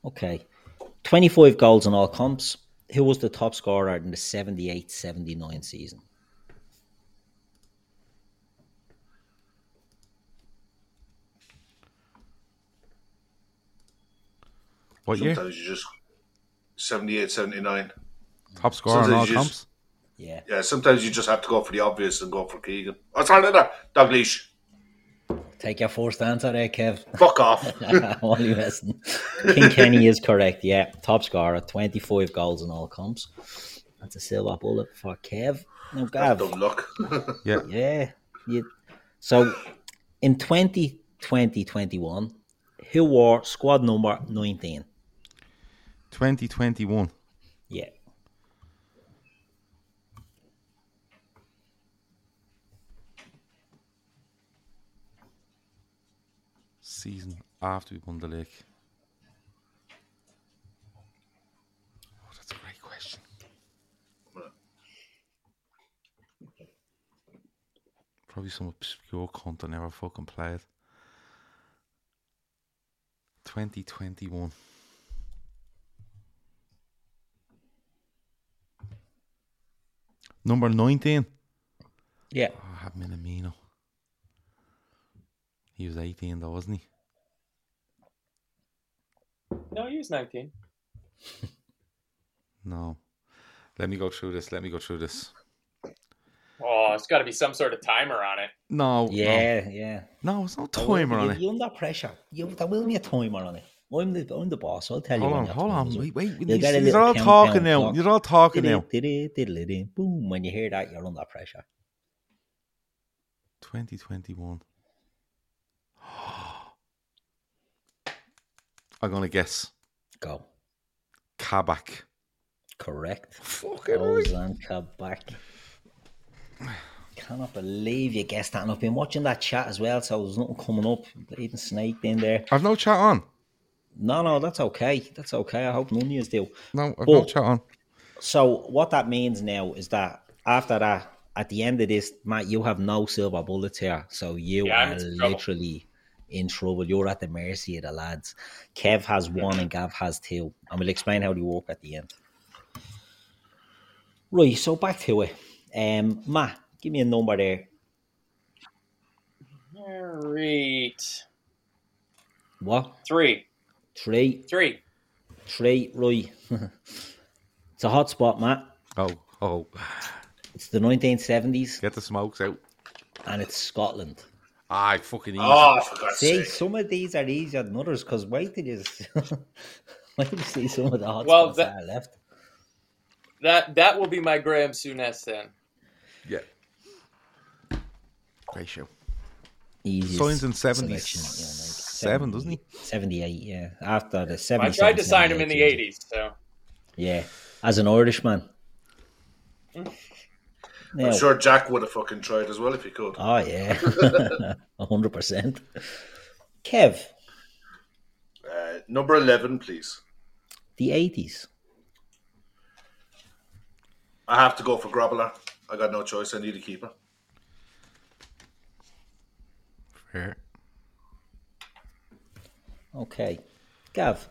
A: Okay. 25 goals in all comps. Who was the top scorer in the 78 79 season?
B: What year?
C: Sometimes you just 78, 79.
B: Top scorer in all
C: sometimes you
B: comps.
C: just-
A: Yeah.
C: Yeah, sometimes you just have to go for the obvious and go for Keegan. Oh, sorry, no, no, Dalglish.
A: Take your first answer there, Kev.
C: Fuck off.
A: Only messing. King Kenny is correct. Yeah, top scorer, twenty-five goals in all comps. That's a silver bullet for Kev. Now, Gav,
C: Dumb luck.
A: yeah. You... So, in 2020 21, who wore squad number 19?
B: 2021.
A: Yeah.
B: season after we won the league? Oh, that's a great question. Probably some obscure cunt I never fucking played. 2021. Number 19.
A: Yeah.
B: Oh, I had Minamino. He was 18 though, wasn't he?
D: No, he was 19.
B: No. Let me go through this. Let me go through this.
D: Oh, it's got to be some sort of timer on it.
B: No.
A: Yeah, yeah.
B: No, no it's no timer on it.
A: You're under pressure. You, there will be a timer on it. I'm the, I'm the boss. I'll tell
B: Hold
A: you.
B: on,
A: when
B: hold
A: your time
B: on.
A: is up.
B: Wait, wait.
A: You'll
B: These,
A: get a
B: these are
A: little
B: all
A: countdown
B: talking now.
A: clock.
B: You're all talking
A: Diddly,
B: now.
A: diddly, diddly, diddly. Boom. When you hear that, you're under pressure.
B: 2021. I'm going to guess
A: Go.
B: Kabak.
A: Correct.
B: Fucking right.
A: Ozan Kabak. Cannot believe you guessed that. And I've been watching that chat as well, so there's nothing coming up. Even snaked in there.
B: I've no chat on.
A: No, no, that's okay. That's okay. I hope none of you do.
B: No, I've no
A: Well,
B: chat on.
A: So what that means now is that after that, at the end of this, Matt, you have no silver bullets here. So you
D: Yeah, I'm
A: are
D: in trouble.
A: literally in trouble. You're at the mercy of the lads. Kev has one and Gav has two. And we'll explain how they work at the end. Right, so back to it. Um Matt, give me a number there.
D: All right.
A: What?
D: Three.
A: Three.
D: Three.
A: Three, right. it's a hot spot, Matt.
B: Oh, oh.
A: It's the nineteen seventies
B: Get the smokes out.
A: and it's Scotland.
B: I fucking easy.
C: Oh, for God's
A: See,
C: sake.
A: some of these are easier than others because wait till you s- wait till you see some of the hot
D: Well,
A: spots
D: that-
A: that are left.
D: That that will be my Graham Souness then.
B: Yeah. Great show.
A: Easiest
B: Signs in 70s.
A: selection that you'll make.
B: Seven, doesn't he?
A: 78, yeah. After the
D: I
A: 70s.
D: tried to sign him in the 80s, so
A: Yeah, as an Irishman. Now,
C: I'm sure Jack would have fucking tried as well if he could.
A: Oh, yeah. 100%. Kev,
C: Uh, number 11, please.
A: the 80s.
C: I have to go for Grobbler. I got no choice. I need a keeper.
B: Fair.
A: Okay. Gav,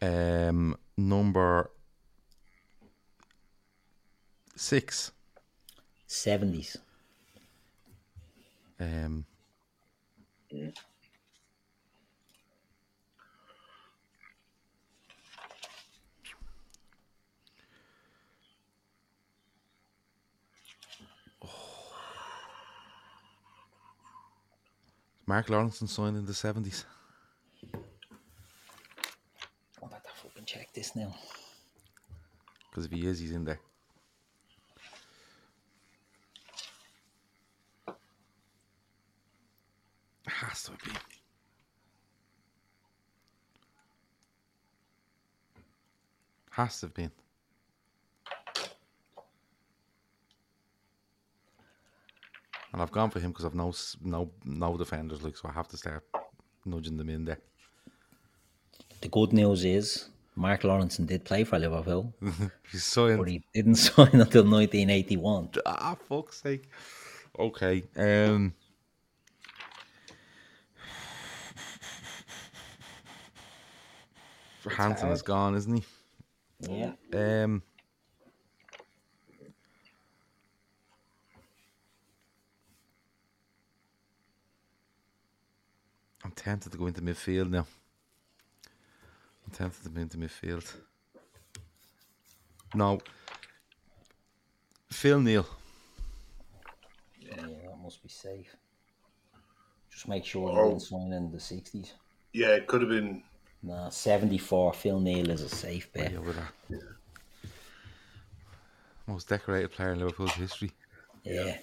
B: Um, number six.
A: 70s.
B: Um, Mark Lawrence signed in the seventies.
A: I'm about to fucking check this now.
B: Because if he is, he's in there. Has to be. Has to have been. And I've gone for him because I've no s- no no defenders, like so I have to start nudging them in there.
A: The good news is Mark Lawrence did play for Liverpool, but
B: He's signed.
A: he didn't sign until 1981.
B: Ah, fuck's sake. Okay. Um. Hansen is gone, isn't
A: Yeah.
B: he? Um. I'm tempted to go into midfield now. I'm tempted to go into midfield. No. Phil Neal.
A: Yeah, that must be safe. Just make sure
C: Oh.
A: they didn't sign in the 60s.
C: Yeah, it could have been.
A: Nah, 74. Phil Neal is a safe bet.
B: Yeah, with that. Most decorated player in Liverpool's history.
A: Yeah.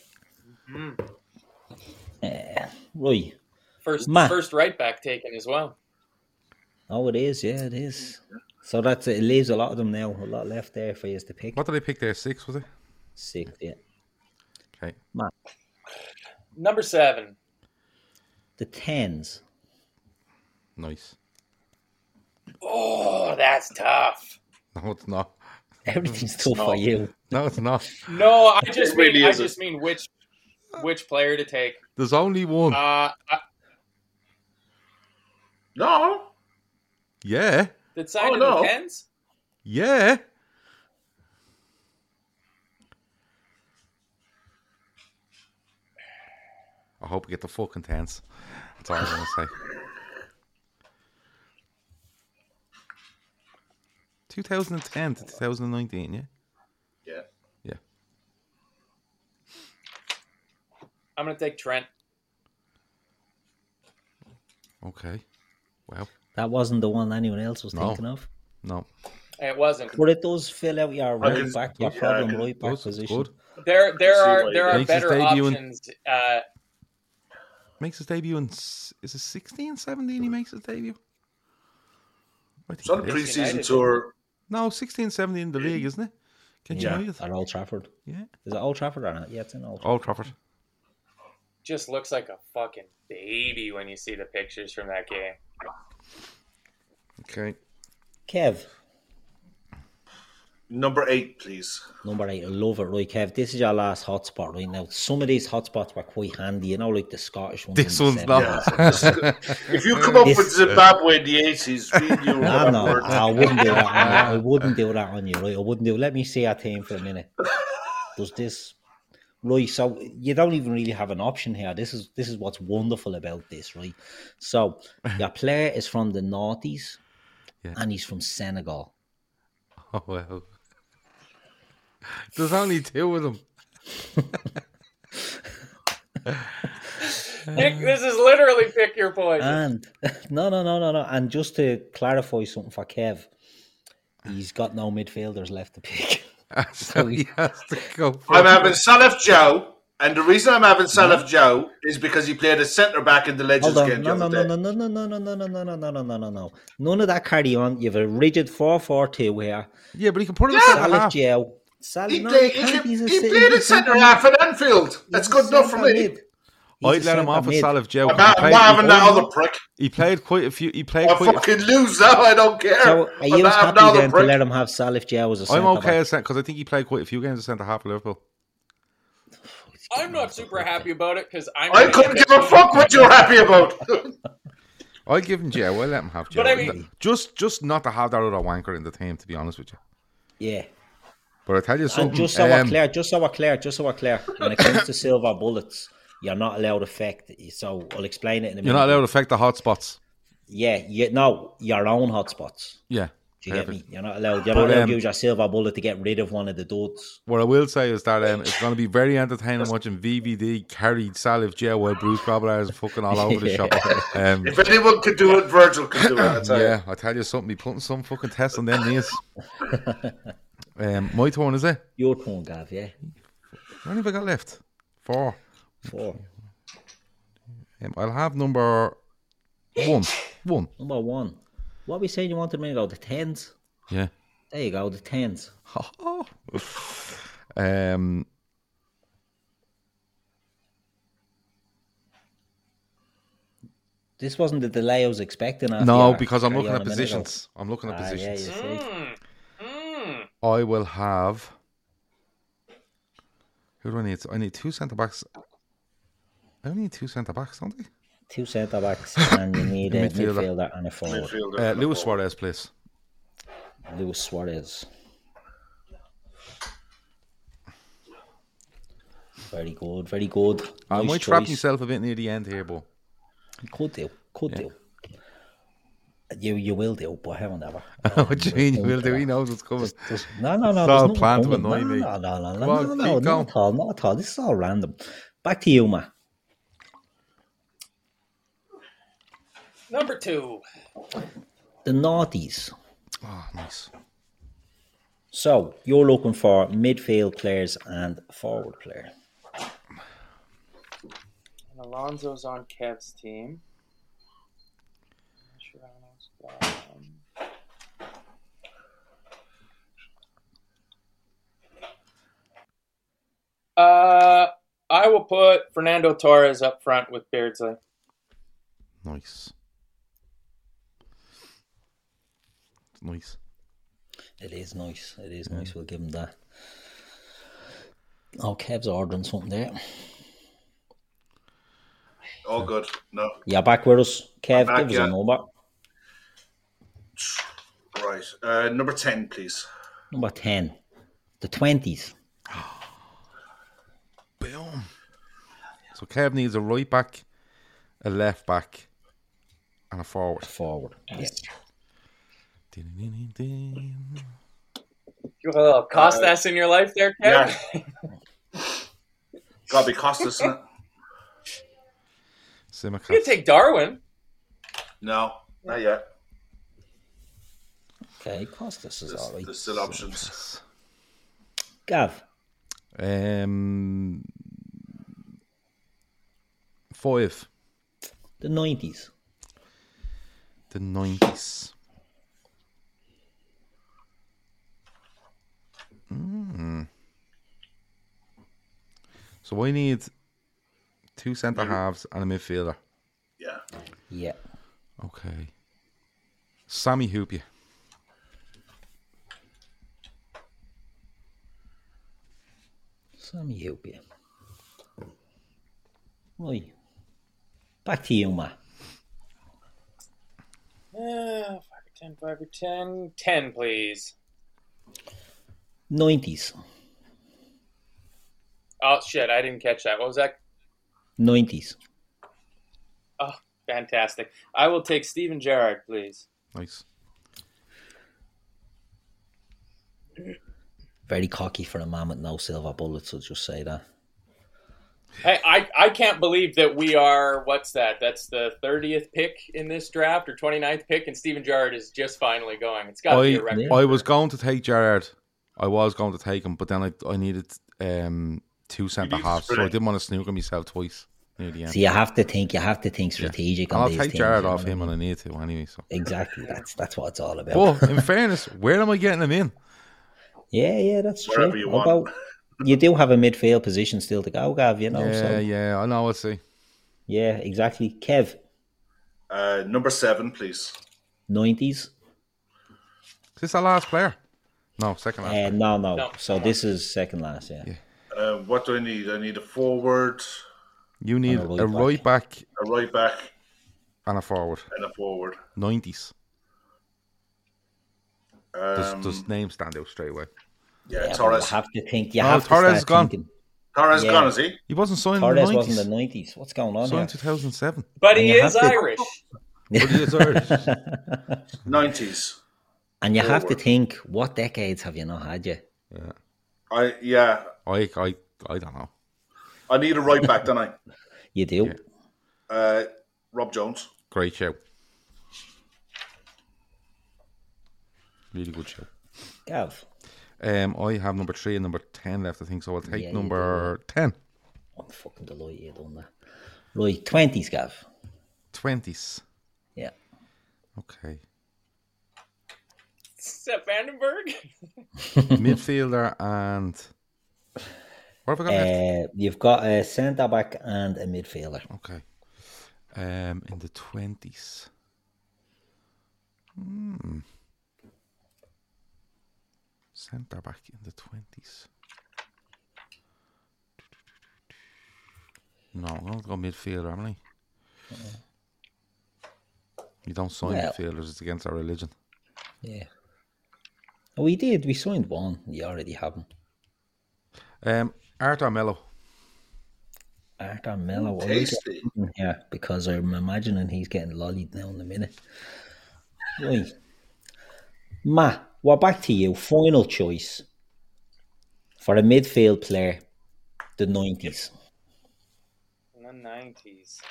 A: Eh, right.
D: First,
A: Ma.
D: first right back taken as well.
A: Oh, it is. Yeah, it is. So that's it. Leaves a lot of them now. A lot left there for you to pick.
B: What did I pick there? Six, was it?
A: Sick. Yeah.
B: Okay.
A: Matt,
D: Number seven,
A: the tens.
B: Nice.
D: Oh, that's tough.
B: No, it's not.
A: Everything's tough for you.
B: No, it's not.
D: No, I just
C: really
D: mean I
C: isn't.
D: just mean which which player to take.
B: There's only one.
D: Uh, I,
C: No,
B: yeah.
D: that signed
C: Oh,
D: in
C: no.
D: the tens.
B: Yeah. I hope we get the fucking tens. That's all I'm gonna say. Two thousand and ten to two thousand and nineteen, yeah?
C: yeah,
B: Yeah.
D: I'm gonna take Trent.
B: Okay. Well,
A: That wasn't the one anyone else was
B: No.
A: thinking of.
B: no.
D: It wasn't.
A: But it does fill out your right
C: can-
A: back, your
C: yeah, I
A: problem
C: can-
A: right back
B: Those is
A: position.
B: good.
D: There, there
C: see why
D: are
C: you
D: there are
B: Makes his
D: better
B: debut in-
D: options. Uh,
B: Makes his debut in s- is it 16, 17 he makes his debut? I think
C: it's on
B: it
C: the
B: is.
C: preseason
D: United.
C: tour.
B: No, 16, 17 in the league, isn't it? Can
A: Yeah.
B: you know
A: At Old Trafford.
B: Yeah.
A: Is it Old Trafford or not? Yeah, it's in Old Trafford.
B: Old Trafford.
D: just looks like a fucking baby when you see the pictures from that game.
B: Okay.
A: Kev,
C: Number eight, please.
A: number eight. I love it, right, Kev? This is your last hotspot right now. Some of these hotspots were quite handy, you know, like the Scottish ones.
B: This
A: in the
B: one's not.
A: 70s.
C: If you come up
A: This-
C: with Zimbabwe in the eighties, we knew
A: No,
C: that
A: no,
C: word.
A: uh, I wouldn't do that. On you. I wouldn't do that on you, right? I wouldn't do. Let me see our team for a minute. Does this, right? So you don't even really have an option here. This is this is what's wonderful about this, right? So your player is from the noughties,
B: Yeah.
A: and he's from Senegal.
B: Oh well. There's only two of them.
D: Nick, this is literally pick your poison.
A: And no, no, no, no, no. And just to clarify something for Kev, he's got no midfielders left to pick.
B: so he has to go. For
C: I'm having Salif Joe, and the reason I'm having Salif Joe is because he played a centre back in the Legends
A: Hold on.
C: game
A: No,
C: the
A: no,
C: other
A: no,
C: day.
A: no, no, no, no, no, no, no, no, no, no, no, no, no, no. None of that carry on. You have a rigid 4 4 2
C: Ah,
A: here.
B: yeah, but he can put him in second
A: Salif
B: half.
A: Gio. Salif,
C: He
A: no,
C: played.
A: he
C: He,
A: can't.
C: can-
A: He's a
C: he
A: cent-
C: played
A: he's
C: at
A: a
C: centre
A: centre-
C: half at Anfield.
A: he's
C: That's
A: a
C: good enough for
A: centre
C: me.
A: mid. He's
B: I'd
A: a
B: let him
A: centre
B: off at
A: mid.
B: Salif Joe.
C: I'm not I'm not having that other prick.
B: He played quite a few. He played
C: I
B: quite. a few-
C: fucking lose now. I don't care.
A: So are
C: I'm
A: you
C: not
A: as
C: having
A: happy
C: that other
A: then to
C: prick.
A: let him have Salif Jao as a
B: I'm
A: centre
B: okay
A: back?
B: at centre because I think he played quite a few games at centre half at Liverpool.
D: I'm not super happy about it because I'm.
C: I
D: gonna
C: couldn't
D: end up
C: give a fuck what you're happy about.
B: I give him Joe. I let him have Joe.
D: I mean-
B: just, just not to have that other wanker in the team. To be honest with you,
A: Yeah.
B: but I tell you something.
A: And just so we're
B: um,
A: clear, just so we're clear, just so we're clear, when it comes to silver bullets, you're not allowed to affect. So I'll explain it in a minute.
B: you're not allowed to affect the hot spots.
A: Yeah, you, no, your own hotspots.
B: Yeah.
A: Do you
B: perfect.
A: get me? You're not allowed. You're not allowed
B: um,
A: to use your silver bullet to get rid of one of the dudes.
B: What I will say is that um, it's going to be very entertaining watching VVD carried Salif Gel while Bruce Grobbelaar is fucking all over the shop. Um,
C: if anyone could do it, Virgil could do it.
D: uh,
C: I tell
B: yeah, I tell you something, he putting some fucking test on them knees. um, my turn, is it?
A: Your turn, Gav. Yeah,
B: How many have I got left? Four.
A: four.
B: Um, I'll have number one. One.
A: Number one. What were we saying you wanted me to go? The tens.
B: Yeah.
A: There you go. The tens.
B: um,
A: This wasn't the delay I was expecting. After
B: no,
A: your
B: because I'm
A: carry
B: looking
A: on
B: at
A: a minute ago.
B: positions. I'm looking at
A: Ah, yeah, you
B: positions.
A: see.
B: I will have. Who do I need? I need two centre backs. I only need two centre backs, don't I?
A: Two centre backs, and you need a
B: Midfielder.
A: midfielder and a
C: you.
A: forward.
C: Midfielder.
B: Uh, Luis Suarez, please.
A: Luis Suarez. Very good. Very good.
B: I
A: Nice
B: might Ah, trap
A: choice.
B: myself a bit near the end here, but
A: Could do. Could do. You you will do, but hell never.
B: what do you mean? Will do? He knows what's coming.
A: There's- No, no, no.
B: It's
A: there's
B: all
A: nothing
B: planned to
A: coming.
B: annoy
A: no,
B: me.
A: No, no, no,
B: Come
A: no,
B: on,
A: no, no,
B: keep going.
A: not at all, not at all. This is all random. Back to you, Matt.
D: Number two.
A: The Naughties.
B: Oh, nice.
A: So you're looking for midfield players and forward player.
D: And Alonzo's on Kev's team. Mascherano's gone. Uh, I will put Fernando Torres up front with Beardsley.
B: Nice. Nice.
A: It is nice. It is
B: Mm.
A: nice. We'll give him that. Oh, Kev's ordering something there.
C: All good. No.
A: Yeah, back with us. Kev,
C: back,
A: give us
C: yeah.
A: a number.
C: Right. Uh, number 10, please.
A: Number 10. The 20s.
B: Boom. So Kev needs a right back, a left back, and a forward.
A: Forward. Yeah.
D: You got a little Costas in your life there, Kev?
C: Yeah. Gotta be Costas, isn't it?
B: Simicast.
D: You could take Darwin.
C: No, not yet.
A: Okay, Costas is
C: There's,
A: all right.
C: there's still options.
A: Gav.
B: Um, five.
A: The 90s.
B: The nineties. Mm. So I need two centre halves and a midfielder.
C: Yeah.
A: Yeah.
B: Okay. Sammy Hoopia.
A: Sammy help you. Right. Back to you, Matt.
D: Uh, 5 or 10, 5 or 10. 10, please.
A: 90s.
D: Oh, shit. I didn't catch that. What was that?
A: 90s.
D: Oh, fantastic. I will take Steven Gerrard, please.
B: Nice.
A: Very cocky for a man with no silver bullets, I'll just say that.
D: Hey, I, I can't believe that we are, what's that? That's the 30th pick in this draft or 29th pick, and Steven Gerrard is just finally going. It's got to be a record.
B: I, I was going to take Gerard. I was going to take him, but then I, I needed um, two centre
C: need
B: halves, so I
C: spread.
B: didn't want to snooker myself twice near the end.
A: So you have to think, you have to think strategic
B: and
A: on
B: I'll
A: these
B: take
A: things,
B: Gerard
A: you know
B: off
A: what I
B: him
A: mean?
B: when I need to anyway. So,
A: Exactly. That's that's what it's all about.
B: but in fairness, where am I getting him in?
A: Yeah, yeah, that's
C: Wherever
A: true.
C: you
A: Although
C: want.
A: you do have a midfield position still to go, Gav, you know.
B: yeah,
A: so
B: yeah, I know. I see.
A: yeah, exactly. Kev,
C: Uh, number seven, please.
A: nineties.
B: Is this our last player? No, second last.
A: Uh, no, no,
D: No.
A: So this is second last, yeah.
C: Uh, what do I need? I need a forward,
B: you need a
A: and
B: right,
A: a right
B: back.
C: a right back,
B: and a forward.
C: and a forward.
B: Nineties. Does,
C: Um,
B: does name stand out straight away?
C: yeah,
A: Yeah, but You
C: Torres.
A: have to think. You
B: No,
A: have
B: Torres
A: to
B: is
A: start
B: gone.
A: thinking.
C: Torres
A: yeah.
C: gone, is he?
B: He wasn't signed
A: Torres
B: in the
A: wasn't
B: nineties.
A: in the nineties. What's going on
B: Signed
A: here?
B: two thousand seven.
D: But he
A: And you
D: is
A: have to-
D: Irish.
C: Nineties.
A: And you have to think. What decades have you not had? You
C: I yeah.
B: I, I, I don't know.
C: I need a right back, don't I?
A: you do.
C: Uh, Rob Jones.
B: Great show. Really good show.
A: Gav,
B: Um, I have number three and number ten left. I think so. I'll take
A: Yeah, you
B: number ten.
A: I'm fucking delighted you done that. Right, twenties, Gav.
B: Twenties.
A: Yeah.
B: Okay.
D: Seth Vandenberg?
B: Midfielder and what have I got left?
A: Uh, you've got a centre back and a midfielder.
B: Okay. Um, in the twenties. Hmm. Centre back in the twenties. No, I'm gonna go midfielder, haven't I? You don't sign
A: Uh-uh. Well-
B: midfielders; it's against our religion.
A: Yeah. Oh, we did. We signed one. You already have him.
B: Um, Artur Mello.
A: Arthur
B: Oh,
A: Mello.
C: Tasty.
A: Yeah, because I'm imagining he's getting lollied now in a minute. Right. Ma, we're back to you. Final choice for a midfield player, the 90s.
D: In the 90s.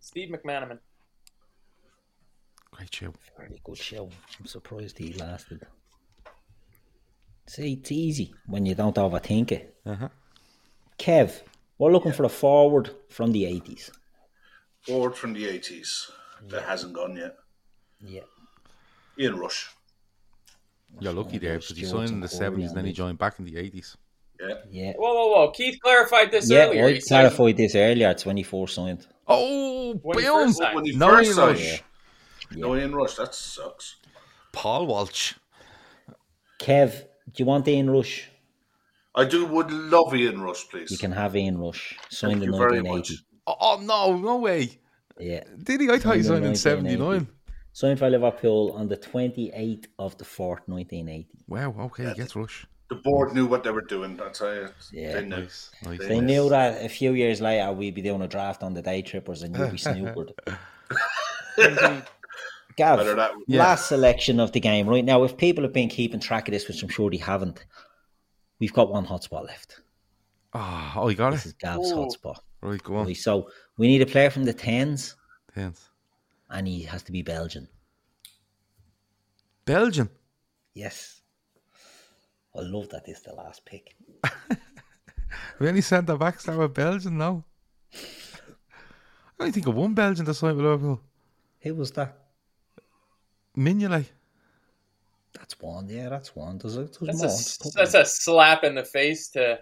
D: Steve McManaman.
B: Great show.
A: Very good show. I'm surprised he lasted. See, it's easy when you don't overthink it.
B: Uh-huh.
A: Kev, we're looking for a forward from the 80s.
C: Forward from the 80s that hasn't gone yet.
A: Yeah.
C: Ian Rush.
B: You're lucky there because he signed in the seventies, then he joined back in the eighties.
C: Yeah.
A: Yeah.
D: Whoa, whoa, whoa! Keith clarified this
A: Yeah,
D: earlier.
A: I
D: He said
A: clarified this earlier. It's when he first signed.
B: Oh,
D: When he
B: boom!
D: first signed.
C: When he
B: No,
C: first
B: Ian
C: signed.
B: Rush.
C: No Ian Rush, that sucks.
B: Paul Walsh.
A: Kev, do you want Ian Rush?
C: I do would love Ian Rush, please.
A: You can have Ian Rush. Signed
C: Thank
A: in
C: you very much.
A: 1980.
B: Oh, oh, no, no way!
A: Yeah.
B: Did he? I thought he
A: Signed
B: signed
A: in
B: in seventy nine.
A: 1980. Signed for Liverpool on the 28th of the 4th, 1980.
B: Wow. Okay, he gets Rush.
C: The board knew what they were doing. That's how you.
A: Yeah.
C: They knew.
B: Nice, nice.
A: They knew that a few years later we'd be doing a draft on the day trippers and you'd be snoopered. Gav,
C: Better that-
A: last selection of the game right now. If people have been keeping track of this, which I'm sure they haven't, we've got one hotspot left.
B: Ah, oh, he got
A: This
B: it.
A: is Gav's hotspot.
B: Right, go on.
A: Right, So we need a player from the tens,
B: Tens.
A: and he has to be Belgian.
B: Belgium.
A: Yes, I love that. This is the last pick.
B: Have any centre backs that were Belgian? No. I don't think of one Belgian that signed with Liverpool.
A: Who was that?
B: Mignolet.
A: That's one. Yeah, that's one. There's, a, there's
D: that's
A: more.
D: a that's a slap in the face to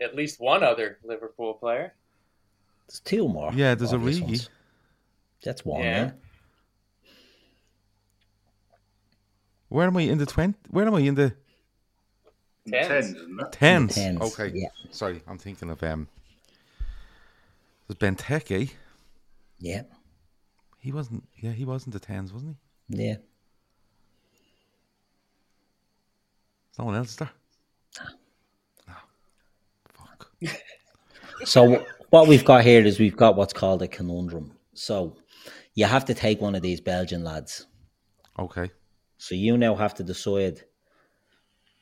D: at least one other Liverpool player.
A: There's two more.
B: Yeah, there's
A: obvious
B: Origi.
A: ones. That's one.
D: Yeah.
A: Yeah.
B: Where am I in the twenty? Where am I in the
D: Tens.
C: Ten, didn't it?
B: tens?
A: tens,
B: Okay.
A: yeah.
B: Sorry, I'm thinking of um. There's Benteke.
A: yeah,
B: He wasn't. Yeah, he wasn't the tens, wasn't he?
A: yeah.
B: There's no one else is there.
A: Ah.
B: No. Fuck.
A: So what we've got here is we've got what's called a conundrum. So you have to take one of these Belgian lads.
B: Okay.
A: So you now have to decide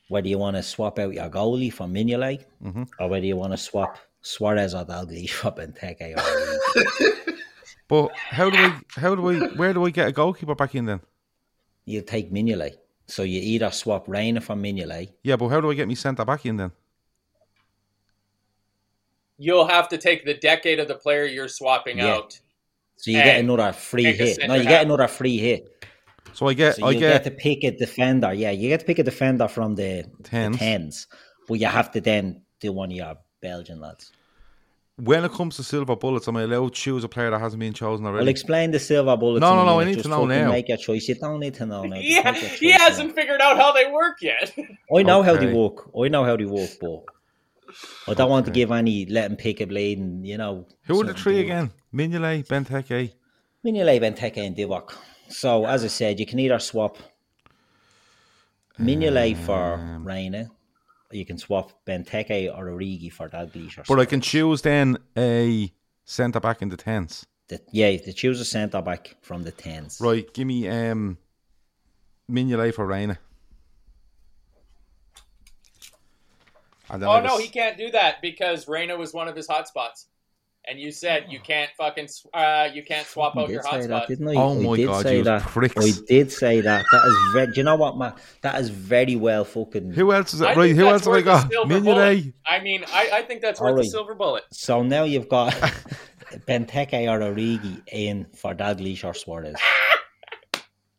A: whether you want to swap out your goalie for Mignolet
B: Mm-hmm.
A: or whether you want to swap Suarez or Dalglish for Benteke. Or Origi.
B: But how do I? How do I? Where do I get a goalkeeper back in then?
A: you take Mignolet. So you either swap Reina for Mignolet.
B: Yeah, but how do I get me centre back in then?
D: You'll have to take the decade of the player you're swapping
A: Yeah.
D: out.
A: So you get
D: And
A: another free
D: make a
A: hit. No,
D: centre
A: you get
D: half.
A: another free hit.
B: So I get.
A: So
B: I
A: you get,
B: get.
A: to pick a defender. Yeah, you get to pick a defender from the the
B: Tens.
A: tens. But you have to then do one of your Belgian lads.
B: when it comes to silver bullets, am I allowed to choose a player that hasn't been chosen already?
A: Well, explain the silver bullet.
B: No,
A: to
B: no,
A: me
B: no, I
A: and
B: need
A: just
B: to know
A: fucking
B: now.
A: Make your choice. You don't need to know now. Just
D: Yeah,
A: make your
D: he
A: choice now.
D: hasn't figured out how they work yet.
A: I know how they
B: Okay.
A: walk. I know how they walk, but I don't want to give any let him pick a blade and you know.
B: Who are the
A: something
B: three
A: to-
B: again? Mignolet, Benteke.
A: Mignolet, Benteke, and Divock. So as I said, you can either swap Mignolet for
B: Um,
A: Reina, or you can swap Benteke or Origi for Dalglish. Or
B: But I
A: something.
B: can choose then a centre back in the tens.
A: The- yeah, to choose a centre back from the tens.
B: Right, give me um, Mignolet for Reina. And then I
D: oh
B: have a
D: no,
B: s-
D: he can't do that because Reyna was one of his hotspots, and you said you can't fucking s- uh, you can't swap
A: I
D: out your
A: did Oh. say that,
D: hotspot.
A: didn't I?
B: Oh
A: I
B: my
A: did
B: God,
A: say
B: you
A: that.
B: pricks.
A: I did say that. That is very. Do you know what, man? That is very well fucking.
B: Who else is it?
D: I
B: Right,
D: think
B: who else
D: that's uh,
B: have I
D: worth a
B: got?
D: silver bullet.
B: Mignolet.
D: I mean, I, I think that's worth
A: Alright.
D: a silver bullet.
A: So now you've got Benteke or Origi in for Dalglish or Suarez.
B: For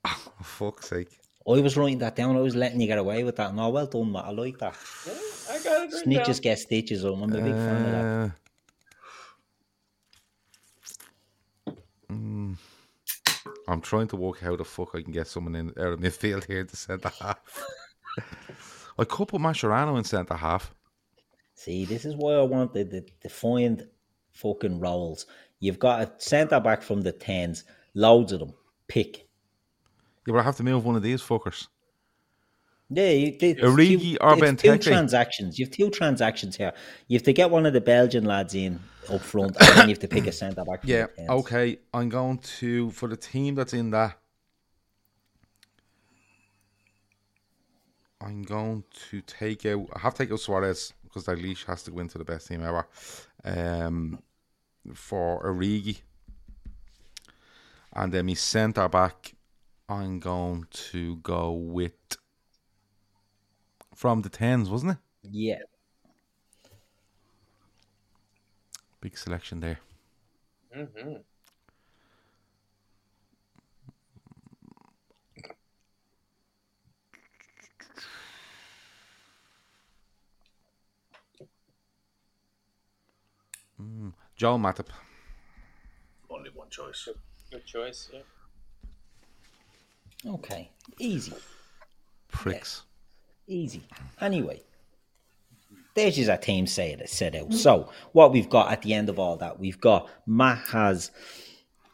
B: Oh, fuck's sake.
A: I was writing that down. I was letting you get away with that. No, well done, Matt. I like that.
D: I got it. Right now.
A: Snitches get stitches. I'm a big fan of that.
B: Uh, mm, I'm trying to work how the fuck I can get someone in out of midfield here to centre half. I could put Mascherano in centre half.
A: See, this is why I wanted the defined fucking roles. You've got a centre back from the tens, loads of them. Pick.
B: You would have to move one of these fuckers.
A: Yeah, you, they, it's
B: Origi
A: two-
B: or
A: it's two
B: Benteke?
A: transactions. You have two transactions here. You have to get one of the Belgian lads in up front, and then you have to pick a centre back. from the
B: Yeah.
A: tens.
B: Okay. I'm going to for the team that's in that. I'm going to take out. I have to take out Suarez because Dalglish has to go into the best team ever. Um, for Origi, And then me centre back, I'm going to go with from the tens, wasn't it?
A: Yeah.
B: Big selection there. Mm, Joel Matip.
C: Only one choice.
D: Good choice. Yeah.
A: Okay. Easy.
B: Pricks.
A: Easy. Anyway, there's just our team say it set out. So what we've got at the end of all that, we've got Matt has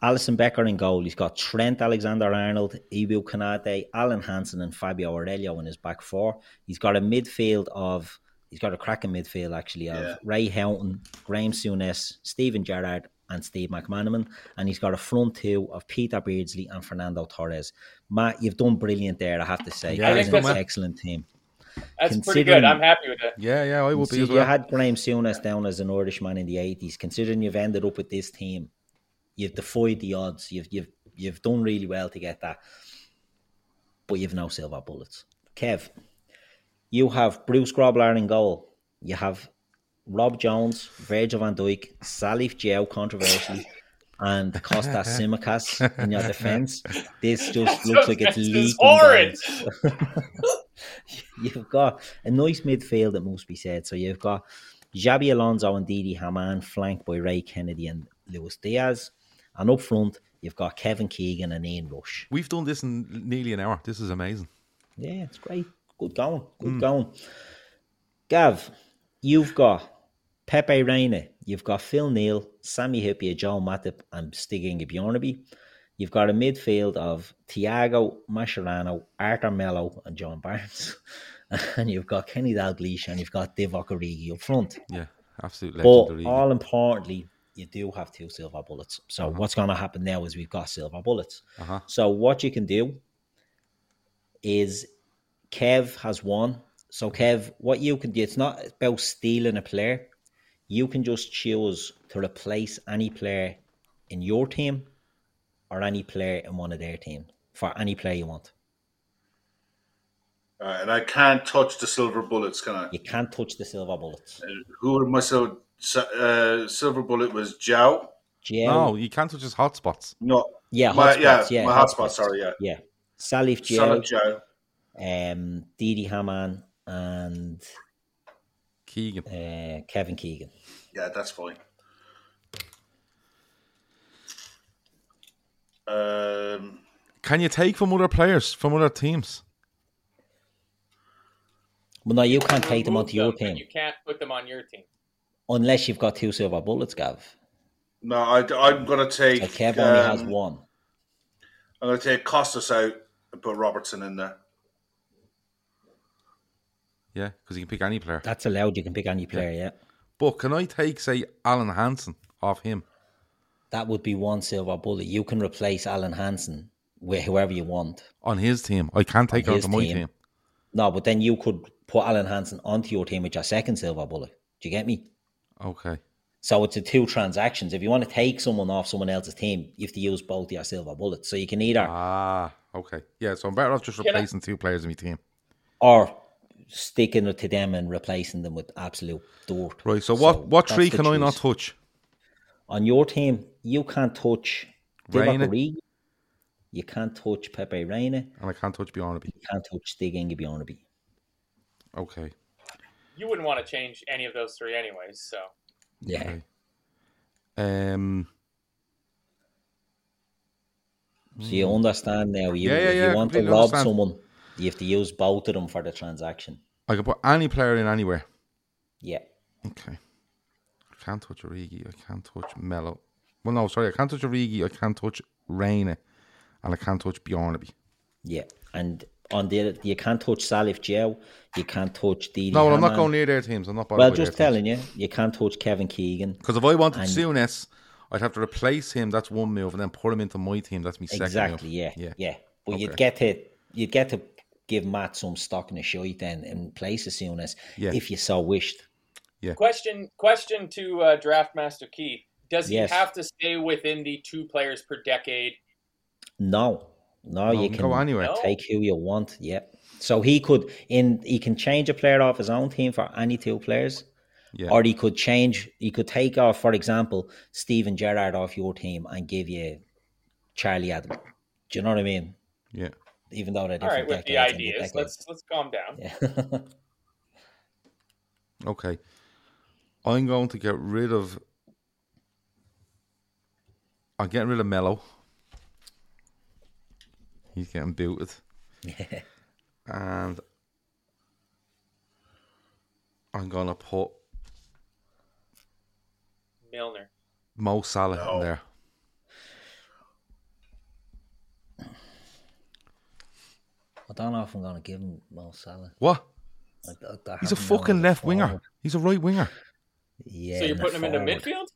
A: Alison Becker in goal. He's got Trent Alexander Arnold, Ibu Kanate, Alan Hansen, and Fabio Aurelio in his back four. He's got a midfield of he's got a cracking midfield actually of
C: Yeah.
A: Ray Houghton, Graham Souness, Stephen Gerrard, and Steve McManaman. And he's got a front two of Peter Beardsley and Fernando Torres. Matt, you've done brilliant there, I have to say.
B: Yeah,
A: that
D: I
A: is
D: think
A: an
D: that's-
A: excellent team.
D: That's pretty
A: Considering-
D: good. I'm happy with that.
B: Yeah, yeah, I would
A: See,
B: be as
A: You
B: well.
A: had Graham Souness down as an Irishman in the eighties. Considering you've ended up with this team, you've defied the odds. You've you've you've done really well to get that, but you've no silver bullets. Kev, you have Bruce Grobler in goal. You have Rob Jones, Virgil van Dijk, Salif Jao, controversially. And Costa Simicas in your defence. This just looks like it's
D: This is
A: leaking.
D: horrid.
A: down you've got a nice midfield, it must be said. So you've got Xabi Alonso and Didi Haman, flanked by Ray Kennedy and Luis Diaz. And up front, you've got Kevin Keegan and Ian Rush.
B: We've done this in nearly an hour. This is amazing.
A: Yeah, it's great. Good going. Good going. Gav, you've got Pepe Reina, you've got Phil Neal, Sammy Hippier, Joe Matip, and Stig Inge Bjornaby. You've got a midfield of Thiago Mascherano, Arthur Mello, and John Barnes. And you've got Kenny Dalglish and you've got Divock Origi up front.
B: Yeah, absolute
A: But
B: legendary.
A: all importantly, you do have two silver bullets. So what's going to happen now is we've got silver bullets.
B: Uh-huh.
A: So what you can do is Kev has one. So Kev, what you can do, it's not about stealing a player. You can just choose to replace any player in your team or any player in one of their team for any player you want.
C: All right, Uh, and I can't touch the silver bullets, can I?
A: You can't touch the silver bullets.
C: Uh, Who am I? So si- uh, silver bullet was Jow.
A: Gio,
B: no, you can't touch his hotspots.
C: No,
A: yeah,
C: my,
A: hotspots,
C: yeah,
A: yeah,
C: my hotspot.
A: hotspots.
C: Sorry, yeah,
A: yeah. Salif
C: son of
A: Gio,
C: Jow.
A: um, Didi Haman and
B: Keegan.
A: uh, Kevin Keegan.
C: Yeah, that's fine. Um,
B: Can you take from other players, from other teams?
A: Well, no, you can't take them
D: Remove
A: onto your
D: them, but
A: team
D: You can't put them on your team.
A: unless you've got two silver bullets, Gav.
C: no, I, am gonna take.
A: So Kev only has
C: um,
A: one.
C: I'm gonna take Costas out and put Robertson in there.
B: Yeah, because you can pick any player.
A: That's allowed. You can pick any player. Yeah,
B: But can I take, say, Alan Hansen off him?
A: that would be one silver bullet. You can replace Alan Hansen with whoever you want.
B: on his team. I can't take
A: On
B: her
A: his
B: onto my
A: team.
B: team.
A: No, but then you could put Alan Hansen onto your team with your second silver bullet. Do you get me?
B: Okay.
A: So it's a two transactions. If you want to take someone off someone else's team, you have to use both your silver bullets. So you can either
B: Ah, okay. Yeah, so I'm better off just
D: I-
B: replacing two players in my team.
A: or sticking it to them and replacing them with absolute dirt.
B: Right. So what what
A: that's
B: three
A: the
B: can I not
A: choice.
B: touch?
A: on your team? You can't touch Divock
B: Reina.
A: Origi. You can't touch Pepe Reina.
B: And I can't touch Bjornaby.
A: You can't touch Stig Inge Bjornaby.
B: Okay.
D: You wouldn't want to change any of those three, anyways. So
A: Yeah.
B: Okay. Um.
A: So you understand now. You,
B: Hmm. Yeah, yeah,
A: if you
B: yeah,
A: want to
B: completely
A: rob
B: understand.
A: someone, you have to use both of them for the transaction.
B: I can put any player in anywhere.
A: Yeah.
B: Okay. I can't touch Origi. I can't touch Mello. Well, no, sorry. I can't touch Origi. I can't touch Reina. And I can't touch Bjornaby.
A: Yeah. And on the other- you can't touch Salif Gel. You can't touch Didi.
B: No, well, I'm not
A: Hamann.
B: going Oh, near their teams. I'm not bothered
A: Well,
B: by
A: just
B: their
A: telling
B: teams.
A: you, you can't touch Kevin Keegan.
B: Because if I wanted
A: And-
B: Souness, I'd have to replace him. That's one move, and then put him into my team. That's my second
A: Exactly.
B: move.
A: Yeah. Yeah. But
B: Okay.
A: you'd get to you'd get to give Matt some stock in the shite then and place as soon as
B: Yeah.
A: if you so wished.
D: question question to uh, draft master Keith: Does he
A: Yes.
D: have to stay within the two players per decade
A: No, no,
B: No,
A: you
B: you
A: can
B: can go anywhere. No.
A: Take who you want. Yep. So he could in he can change a player off his own team for any two players,
B: Yeah.
A: or he could change. He could take off, for example, Steven Gerrard off your team and give you Charlie Adam. Do you know what I mean?
B: yeah.
A: Even though they're
D: All right,
A: different
D: with the
A: decades and
D: ideas,
A: decades.
D: let's let's calm down.
A: Yeah.
B: Okay. I'm going to get rid of. I'm getting rid of Mello. He's getting booted. and I'm going to put
D: Milner.
B: Mo Salah in there.
A: I don't know if I'm going to give him Mo Salah.
B: What?
A: I- I- I
B: He's a
A: haven't known
B: fucking
A: him
B: left
A: before.
B: winger. He's a right winger.
A: Yeah.
D: so you're
A: and a
D: putting him in
A: forward.
D: the midfield?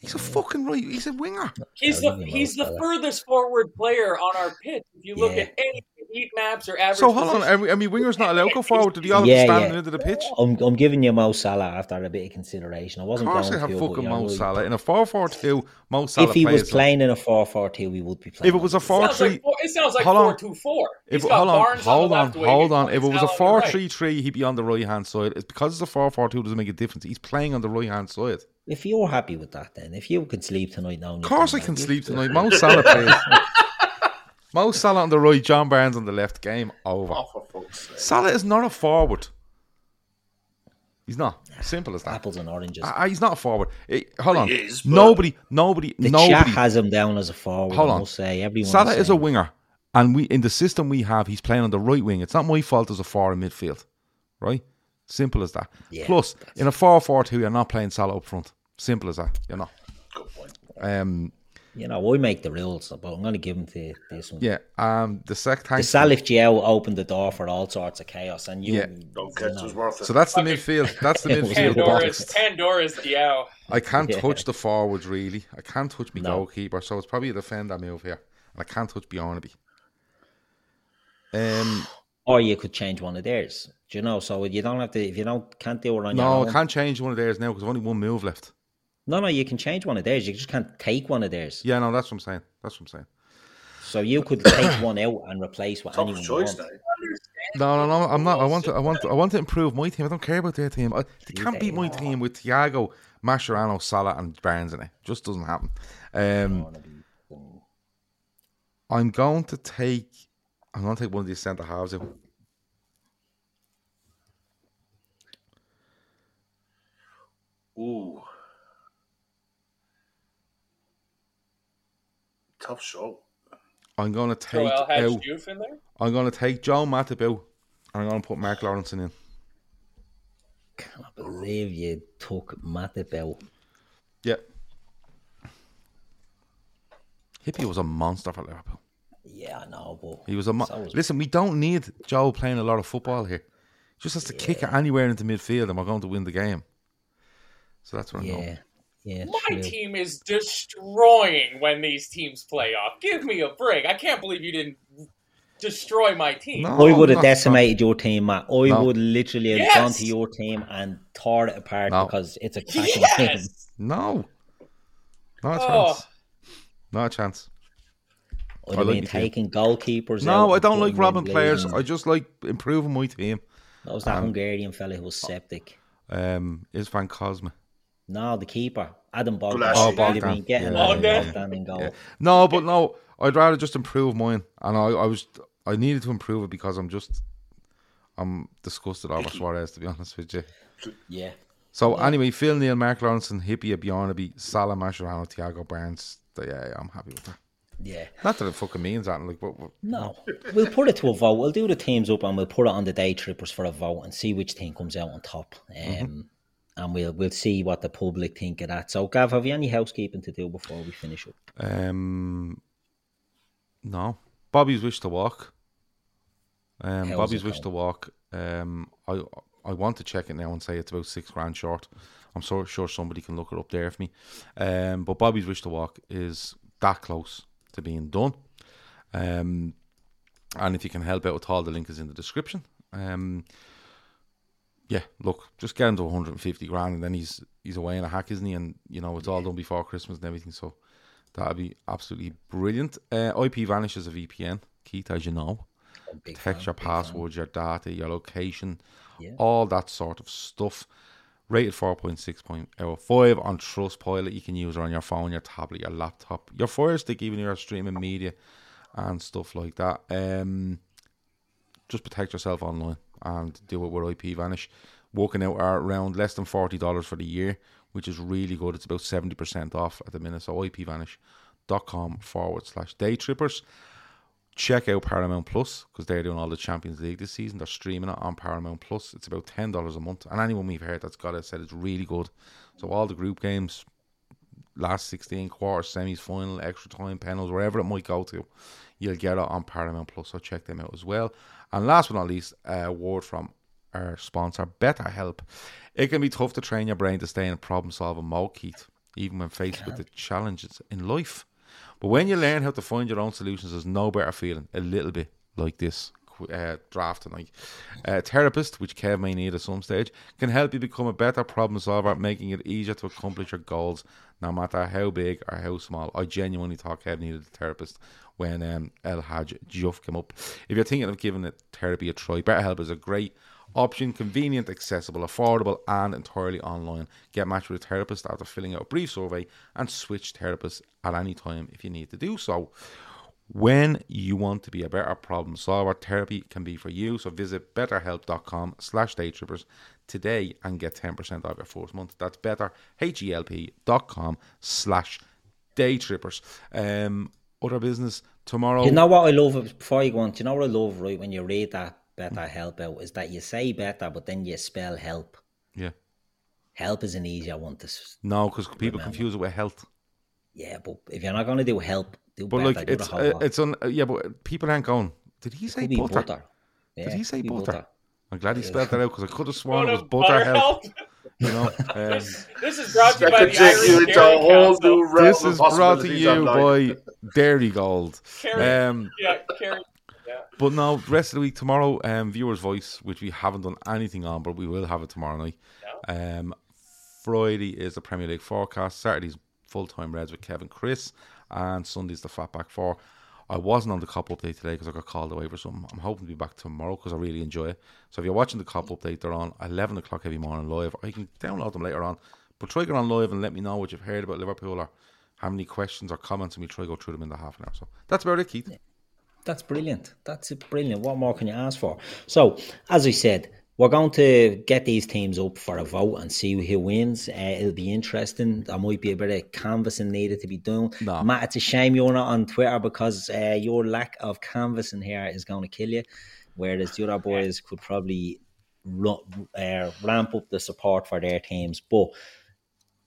B: He's a fucking right. He's a winger.
D: He's
A: Yeah,
D: the
A: leave him
D: he's
A: alone,
D: the
A: fella.
D: furthest forward player on our pitch. If you look
A: Yeah.
D: at any heat maps or average,
B: So hold on.
D: position-
B: Every, I mean, wingers not allowed to go forward. Do they all have
A: Yeah,
B: to stand
A: yeah.
B: into the pitch?
A: I'm, I'm giving you Mo Salah after a bit of consideration. I
B: Of
A: wasn't
B: course,
A: going
B: they have
A: to, but
B: fucking
A: you're
B: Mo
A: right.
B: Salah in a four-four-two. Mo Salah
A: if he was
B: plays him.
A: playing in a 4 4 2, we would be playing.
B: If it was a
A: him.
B: four
D: sounds
B: three,
D: like four, it sounds like
B: Hold on.
D: four two four.
B: if,
D: He's got
B: hold on,
D: Barnes on,
B: hold
D: the
B: on,
D: left wing,
B: hold
D: he's
B: on.
D: got
B: If it was a
D: Salah on the
B: four
D: right.
B: three three, he'd be on the right hand side. It's because it's a four four two doesn't make a difference. He's playing on the right hand side.
A: If you're happy with that, then if you can sleep tonight, now.
B: Of course, I can sleep tonight. Mo Salah plays. Mo Salah on the right, John Barnes on the left. Game over.
C: Oh, for fuck's sake.
B: Salah is not a forward. He's not. Simple as that.
A: Apples and oranges.
B: Ah, he's not a forward. Eh, hold on.
C: is, but-
B: nobody, nobody,
A: the chat
B: nobody.
A: has him down as a forward.
B: Hold
A: I
B: on.
A: must say everyone.
B: Salah is a
A: saying-
B: winger, and we in the system we have, he's playing on the right wing. It's not my fault as a four in midfield, right? Simple as that.
A: Yeah,
B: Plus, in a four-four-two, you're not playing Salah up front. Simple as that. You're not.
C: Good point.
B: Um,
A: You know, I make the rules, but I'm going to give him to this one.
B: yeah. Um, the sec
A: The
B: tank.
A: Salif Gel opened the door for all sorts of chaos, and you.
B: Yeah.
C: Don't catch was worth it.
B: So that's the midfield. That's the midfield
D: Pandora's
B: box.
D: Pandora's Diao.
B: I can't
A: Yeah.
B: touch the forwards really. I can't touch my
A: No.
B: goalkeeper, so it's probably a defender move here. And I can't touch Bjornaby. Um,
A: Or you could change one of theirs. Do you know? So you don't have to if you don't can't do it on your
B: no,
A: own.
B: I can't change one of theirs now because only one move left.
A: No, no, you can change one of theirs. You just can't take one of theirs.
B: Yeah, no, that's what I'm saying. That's what I'm saying.
A: So you could take one out and replace with
C: Top
A: anyone. you
C: choice
A: want.
C: now.
B: No, no, no. I'm not. I want to. I want. To, I want to improve my team. I don't care about their team. I, they can't beat my team with Thiago, Mascherano, Salah, and Barnes in it. Just doesn't happen. Um, I'm going to take. I'm going to take one of these centre halves out.
C: Ooh. Tough show.
B: I'm going to take
D: Joel
B: out.
D: Hadjiouf in there.
B: I'm going to take Joe Matibou, and I'm going to put Mark Lawrence in.
A: cannot believe you took Matip out.
B: Yep. Hippie was a monster for Liverpool.
A: Yeah, I know, but
B: He was a. Mo-
A: So was-
B: Listen, we don't need Joe playing a lot of football here. He just has to kick it anywhere into midfield, and we're going to win the game. So that's what I'm
A: yeah,
B: going.
A: yeah.
D: My
A: true.
D: team is destroying when these teams play off. Give me a break. I can't believe you didn't destroy my team.
B: No,
A: I would have
B: not-
A: decimated your team, Matt. I
B: No.
A: would literally have
D: Yes!
A: gone to your team and tore it apart
B: No.
A: because it's a cracking team.
D: Yes.
B: No, not a
D: Oh.
B: chance. Not a chance.
A: I'd
B: I
A: have
B: like
A: been
B: your team.
A: taking goalkeepers.
B: No,
A: out
B: I
A: and
B: don't
A: putting
B: like
A: in
B: robbing players.
A: Blaze.
B: I Um, just like improving my team.
A: That was that Hungarian fella who was septic.
B: Um, is Van Cosma.
A: No, the keeper, Adam Bogdan.
C: Bogdan. Oh,
A: Bogdan.
B: Bogdan.
A: Getting
B: Yeah,
A: Adam
D: yeah,
A: Bogdan in goal.
B: Yeah. No, but no, I'd rather just improve mine. And I, I was, I needed to improve it because I'm just, I'm disgusted over Suarez to be honest with you.
A: Yeah.
B: So anyway, Phil Neal, Mark Lawrence, and Hippie Bjornaby, Salah, Mascherano, Thiago Barnes. Yeah, I'm happy with that.
A: Yeah.
B: Not that it fucking means that. Like, what, what-
A: No. We'll put it to a vote. We'll do the teams up and we'll put it on the day trippers for a vote and see which team comes out on top. Um,
B: Mm-hmm.
A: And we'll we'll see what the public think of that. So, Gav, have you any housekeeping to do before we finish up?
B: um, no. Bobby's wish to walk. Um,
A: How's
B: Bobby's
A: it
B: wish to walk. Um, I I want to check it now and say it's about six grand short. I'm so sure somebody can look it up there for me. Um, but Bobby's wish to walk is that close to being done. Um, and if you can help out at all, the link is in the description. Um, yeah, look, just get him to 150 grand, and then he's he's away in a hack, isn't he? And you know it's all done before Christmas and everything, so That'd be absolutely brilliant. Uh, IP vanishes a VPN, Keith, as you know.
A: Big
B: Protects your passwords, your data, your location,
A: Yeah.
B: all that sort of stuff. Rated 4.6.05 on Trustpilot. You can use it on your phone, your tablet, your laptop, your Fire Stick, even your streaming media and stuff like that. Um, just protect yourself online and do it with IP Vanish. Walking out are around less than forty dollars for the year, which is really good. It's about seventy percent off at the minute. So IPVanish.com forward slash day trippers. Check out Paramount Plus because they're doing all the Champions League this season. They're streaming it on Paramount Plus. It's about ten dollars a month, and anyone we've heard that's got it said it's really good. So all the group games, last 16 quarter semis final extra time panels wherever it might go to you'll get it on paramount plus so check them out as well and last but not least a word from our sponsor betterhelp it can be tough to train your brain to stay in a problem solving mode keith even when faced with the challenges in life but when you learn how to find your own solutions there's no better feeling a little bit like this qu- uh, draft tonight. A therapist, which Kev may need at some stage, can help you become a better problem solver, making it easier to accomplish your goals, no matter how big or how small. I genuinely thought Kev needed a therapist when um, El Haj Juff came up. If you're thinking of giving it therapy a try, BetterHelp is a great option, convenient, accessible, affordable, and entirely online. Get matched with a therapist after filling out a brief survey and switch therapists at any time if you need to do so. When you want to be a better problem solver, therapy can be for you. So visit betterhelp.com slash daytrippers today and get 10% off your first month. That's E betterhelp.com slash daytrippers. Um, other business tomorrow.
A: You know what I love before you go on. Do you know what I love, right? When you read that better help out, is that you say better, but then you spell help.
B: yeah.
A: Help is an easier one to. s-
B: No, because people confuse it with health.
A: Yeah, but if you're not going to do help, do
B: But
A: better.
B: like,
A: do the
B: it's
A: whole
B: uh,
A: lot.
B: it's on. yeah, but people aren't going. Did he say
A: Could be
B: butter?
A: Yeah,
B: Did he say
A: could be
B: butter? I'm glad he spelled that out because I could have
D: Go
B: sworn it
D: to
B: was butter health.
D: Butterhelp.
B: You know. Um,
D: This is brought to
C: That
D: you by
C: could
D: the
C: take you
D: Irish
C: into a
D: Dairy
C: whole
D: Council.
C: new realm
B: this
C: of
B: is brought to
C: possibilities
B: you
C: online.
B: by Dairy Gold.
D: Carrie-
B: Um,
D: yeah, Carrie- yeah.
B: but now, rest of the week tomorrow, um, viewers' voice, which we haven't done anything on, but we will have it tomorrow night. Um, Friday is the Premier League forecast. Saturday's full time Reds with Kevin Chris, and Sunday's the Fat Back Four. I wasn't on the cop update today because I got called away for something. I'm hoping to be back tomorrow because I really enjoy it. So if you're watching the cop update, they're on 11 o'clock every morning live. I can download them later on, but try get on live and let me know what you've heard about Liverpool or how many questions or comments, and we try go through them in the half an hour. So that's about it, Keith.
A: That's brilliant. That's brilliant. What more can you ask for? So, as I said, we're going to get these teams up for a vote and see who wins. Uh, it'll be interesting. There might be a bit of canvassing needed to be done.
B: No.
A: Matt, it's a shame you're not on Twitter because uh, your lack of canvassing here is going to kill you. Whereas the other boys could probably ru- uh, ramp up the support for their teams. But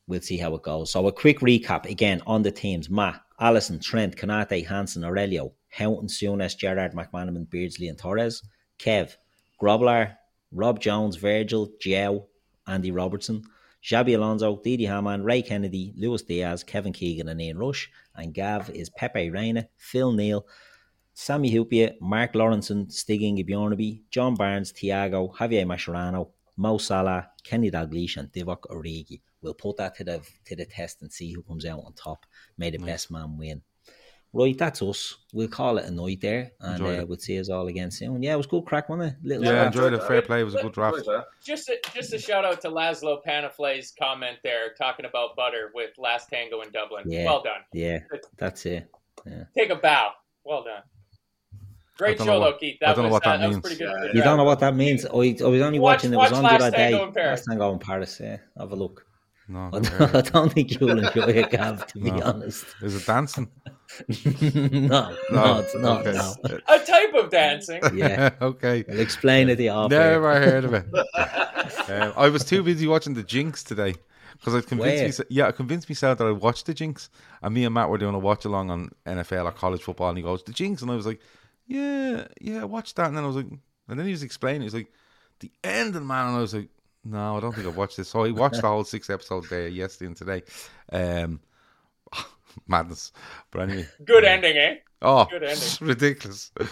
A: we'll see how it goes. So a quick recap again on the teams: Matt, Allison, Trent, Kanate, Hansen, Aurelio, Houghton, Souness, Gerard, McManaman, Beardsley, and Torres. Kev, Grobler, Rob Jones, Virgil, Joe, Andy Robertson, Xabi Alonso, Didi Hamann, Ray Kennedy, Lewis Diaz, Kevin Keegan, and Ian Rush. And Gav is Pepe Reina, Phil Neal, Sammy Hupia, Mark Lawrenson, Stig Bjornaby, John Barnes, Thiago, Javier Mascherano, Mo Salah, Kenny Dalglish, and Divock Origi. We'll put that to the to the test and see who comes out on top. May the best man win. Right, that's us. We'll call it a night there, and
B: Enjoyed
A: uh,
B: it.
A: we'll see us all again soon. Yeah, it was good crack, wasn't it? Little
B: Yeah,
A: crack.
B: enjoyed it. Fair play. It was a good draft.
C: Right there.
D: Just a, just a shout out to Laszlo Panafle's comment there, talking about butter with Last Tango in Dublin.
A: Yeah.
D: Well done.
A: yeah, that's it.
D: Take a bow. Well done. Great
B: don't
D: show,
B: know what-
D: though, Keith.
B: I
D: That
B: don't know
D: was,
B: what
D: uh,
B: that
D: that was
B: means.
D: pretty good.
C: Yeah,
D: for the
A: You
D: draft.
A: don't know what that means. I, I was only
D: Watch-
A: watching. It was
D: watch
A: on the other
D: Last
A: day.
D: Tango in Paris.
A: Last Tango in Paris. Yeah, have a look.
B: No,
A: I
B: no
A: don't, I
B: hair.
A: don't think you'll enjoy it, Gav. To be
B: No.
A: honest.
B: is it dancing?
A: no, no, it's not.
B: okay.
A: No.
D: A type of dancing.
A: Yeah,
B: okay.
A: I'll explain it the off air.
B: Never heard of it. um, I was too busy watching the Jinx today because I convinced
A: Where?
B: myself, yeah, I convinced myself that I watched the Jinx, and me and Matt were doing a watch along on NFL or college football, and he goes the Jinx, and I was like, yeah, yeah, I watched that, and then I was like, and then he was explaining, he was like, the ending, man, and I was like, no, I don't think I've watched this. So I watched the whole six episodes there yesterday and today. Um, madness, but anyway,
D: Good ending, eh?
B: Oh,
D: Good ending.
B: it's ridiculous. Um,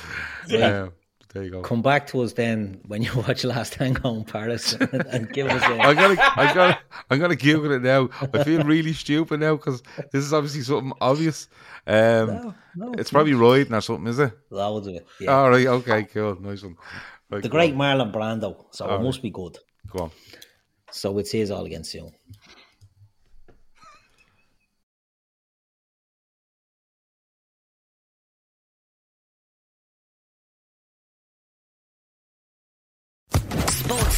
B: There you go.
A: Come back to us then when you watch Last Tango in Paris and, and give us
B: I
A: a.
B: gotta, I gotta, I'm gonna Google it now. I feel really stupid now because this is obviously something obvious. Um,
A: no,
B: it's probably riding or something, is it?
A: Loads of it. Yeah.
B: All right, okay, cool, nice one. Right,
A: the
B: go
A: great Marlon Brando, so it must be good.
B: on, go on.
A: So it's his all against you.
E: Sports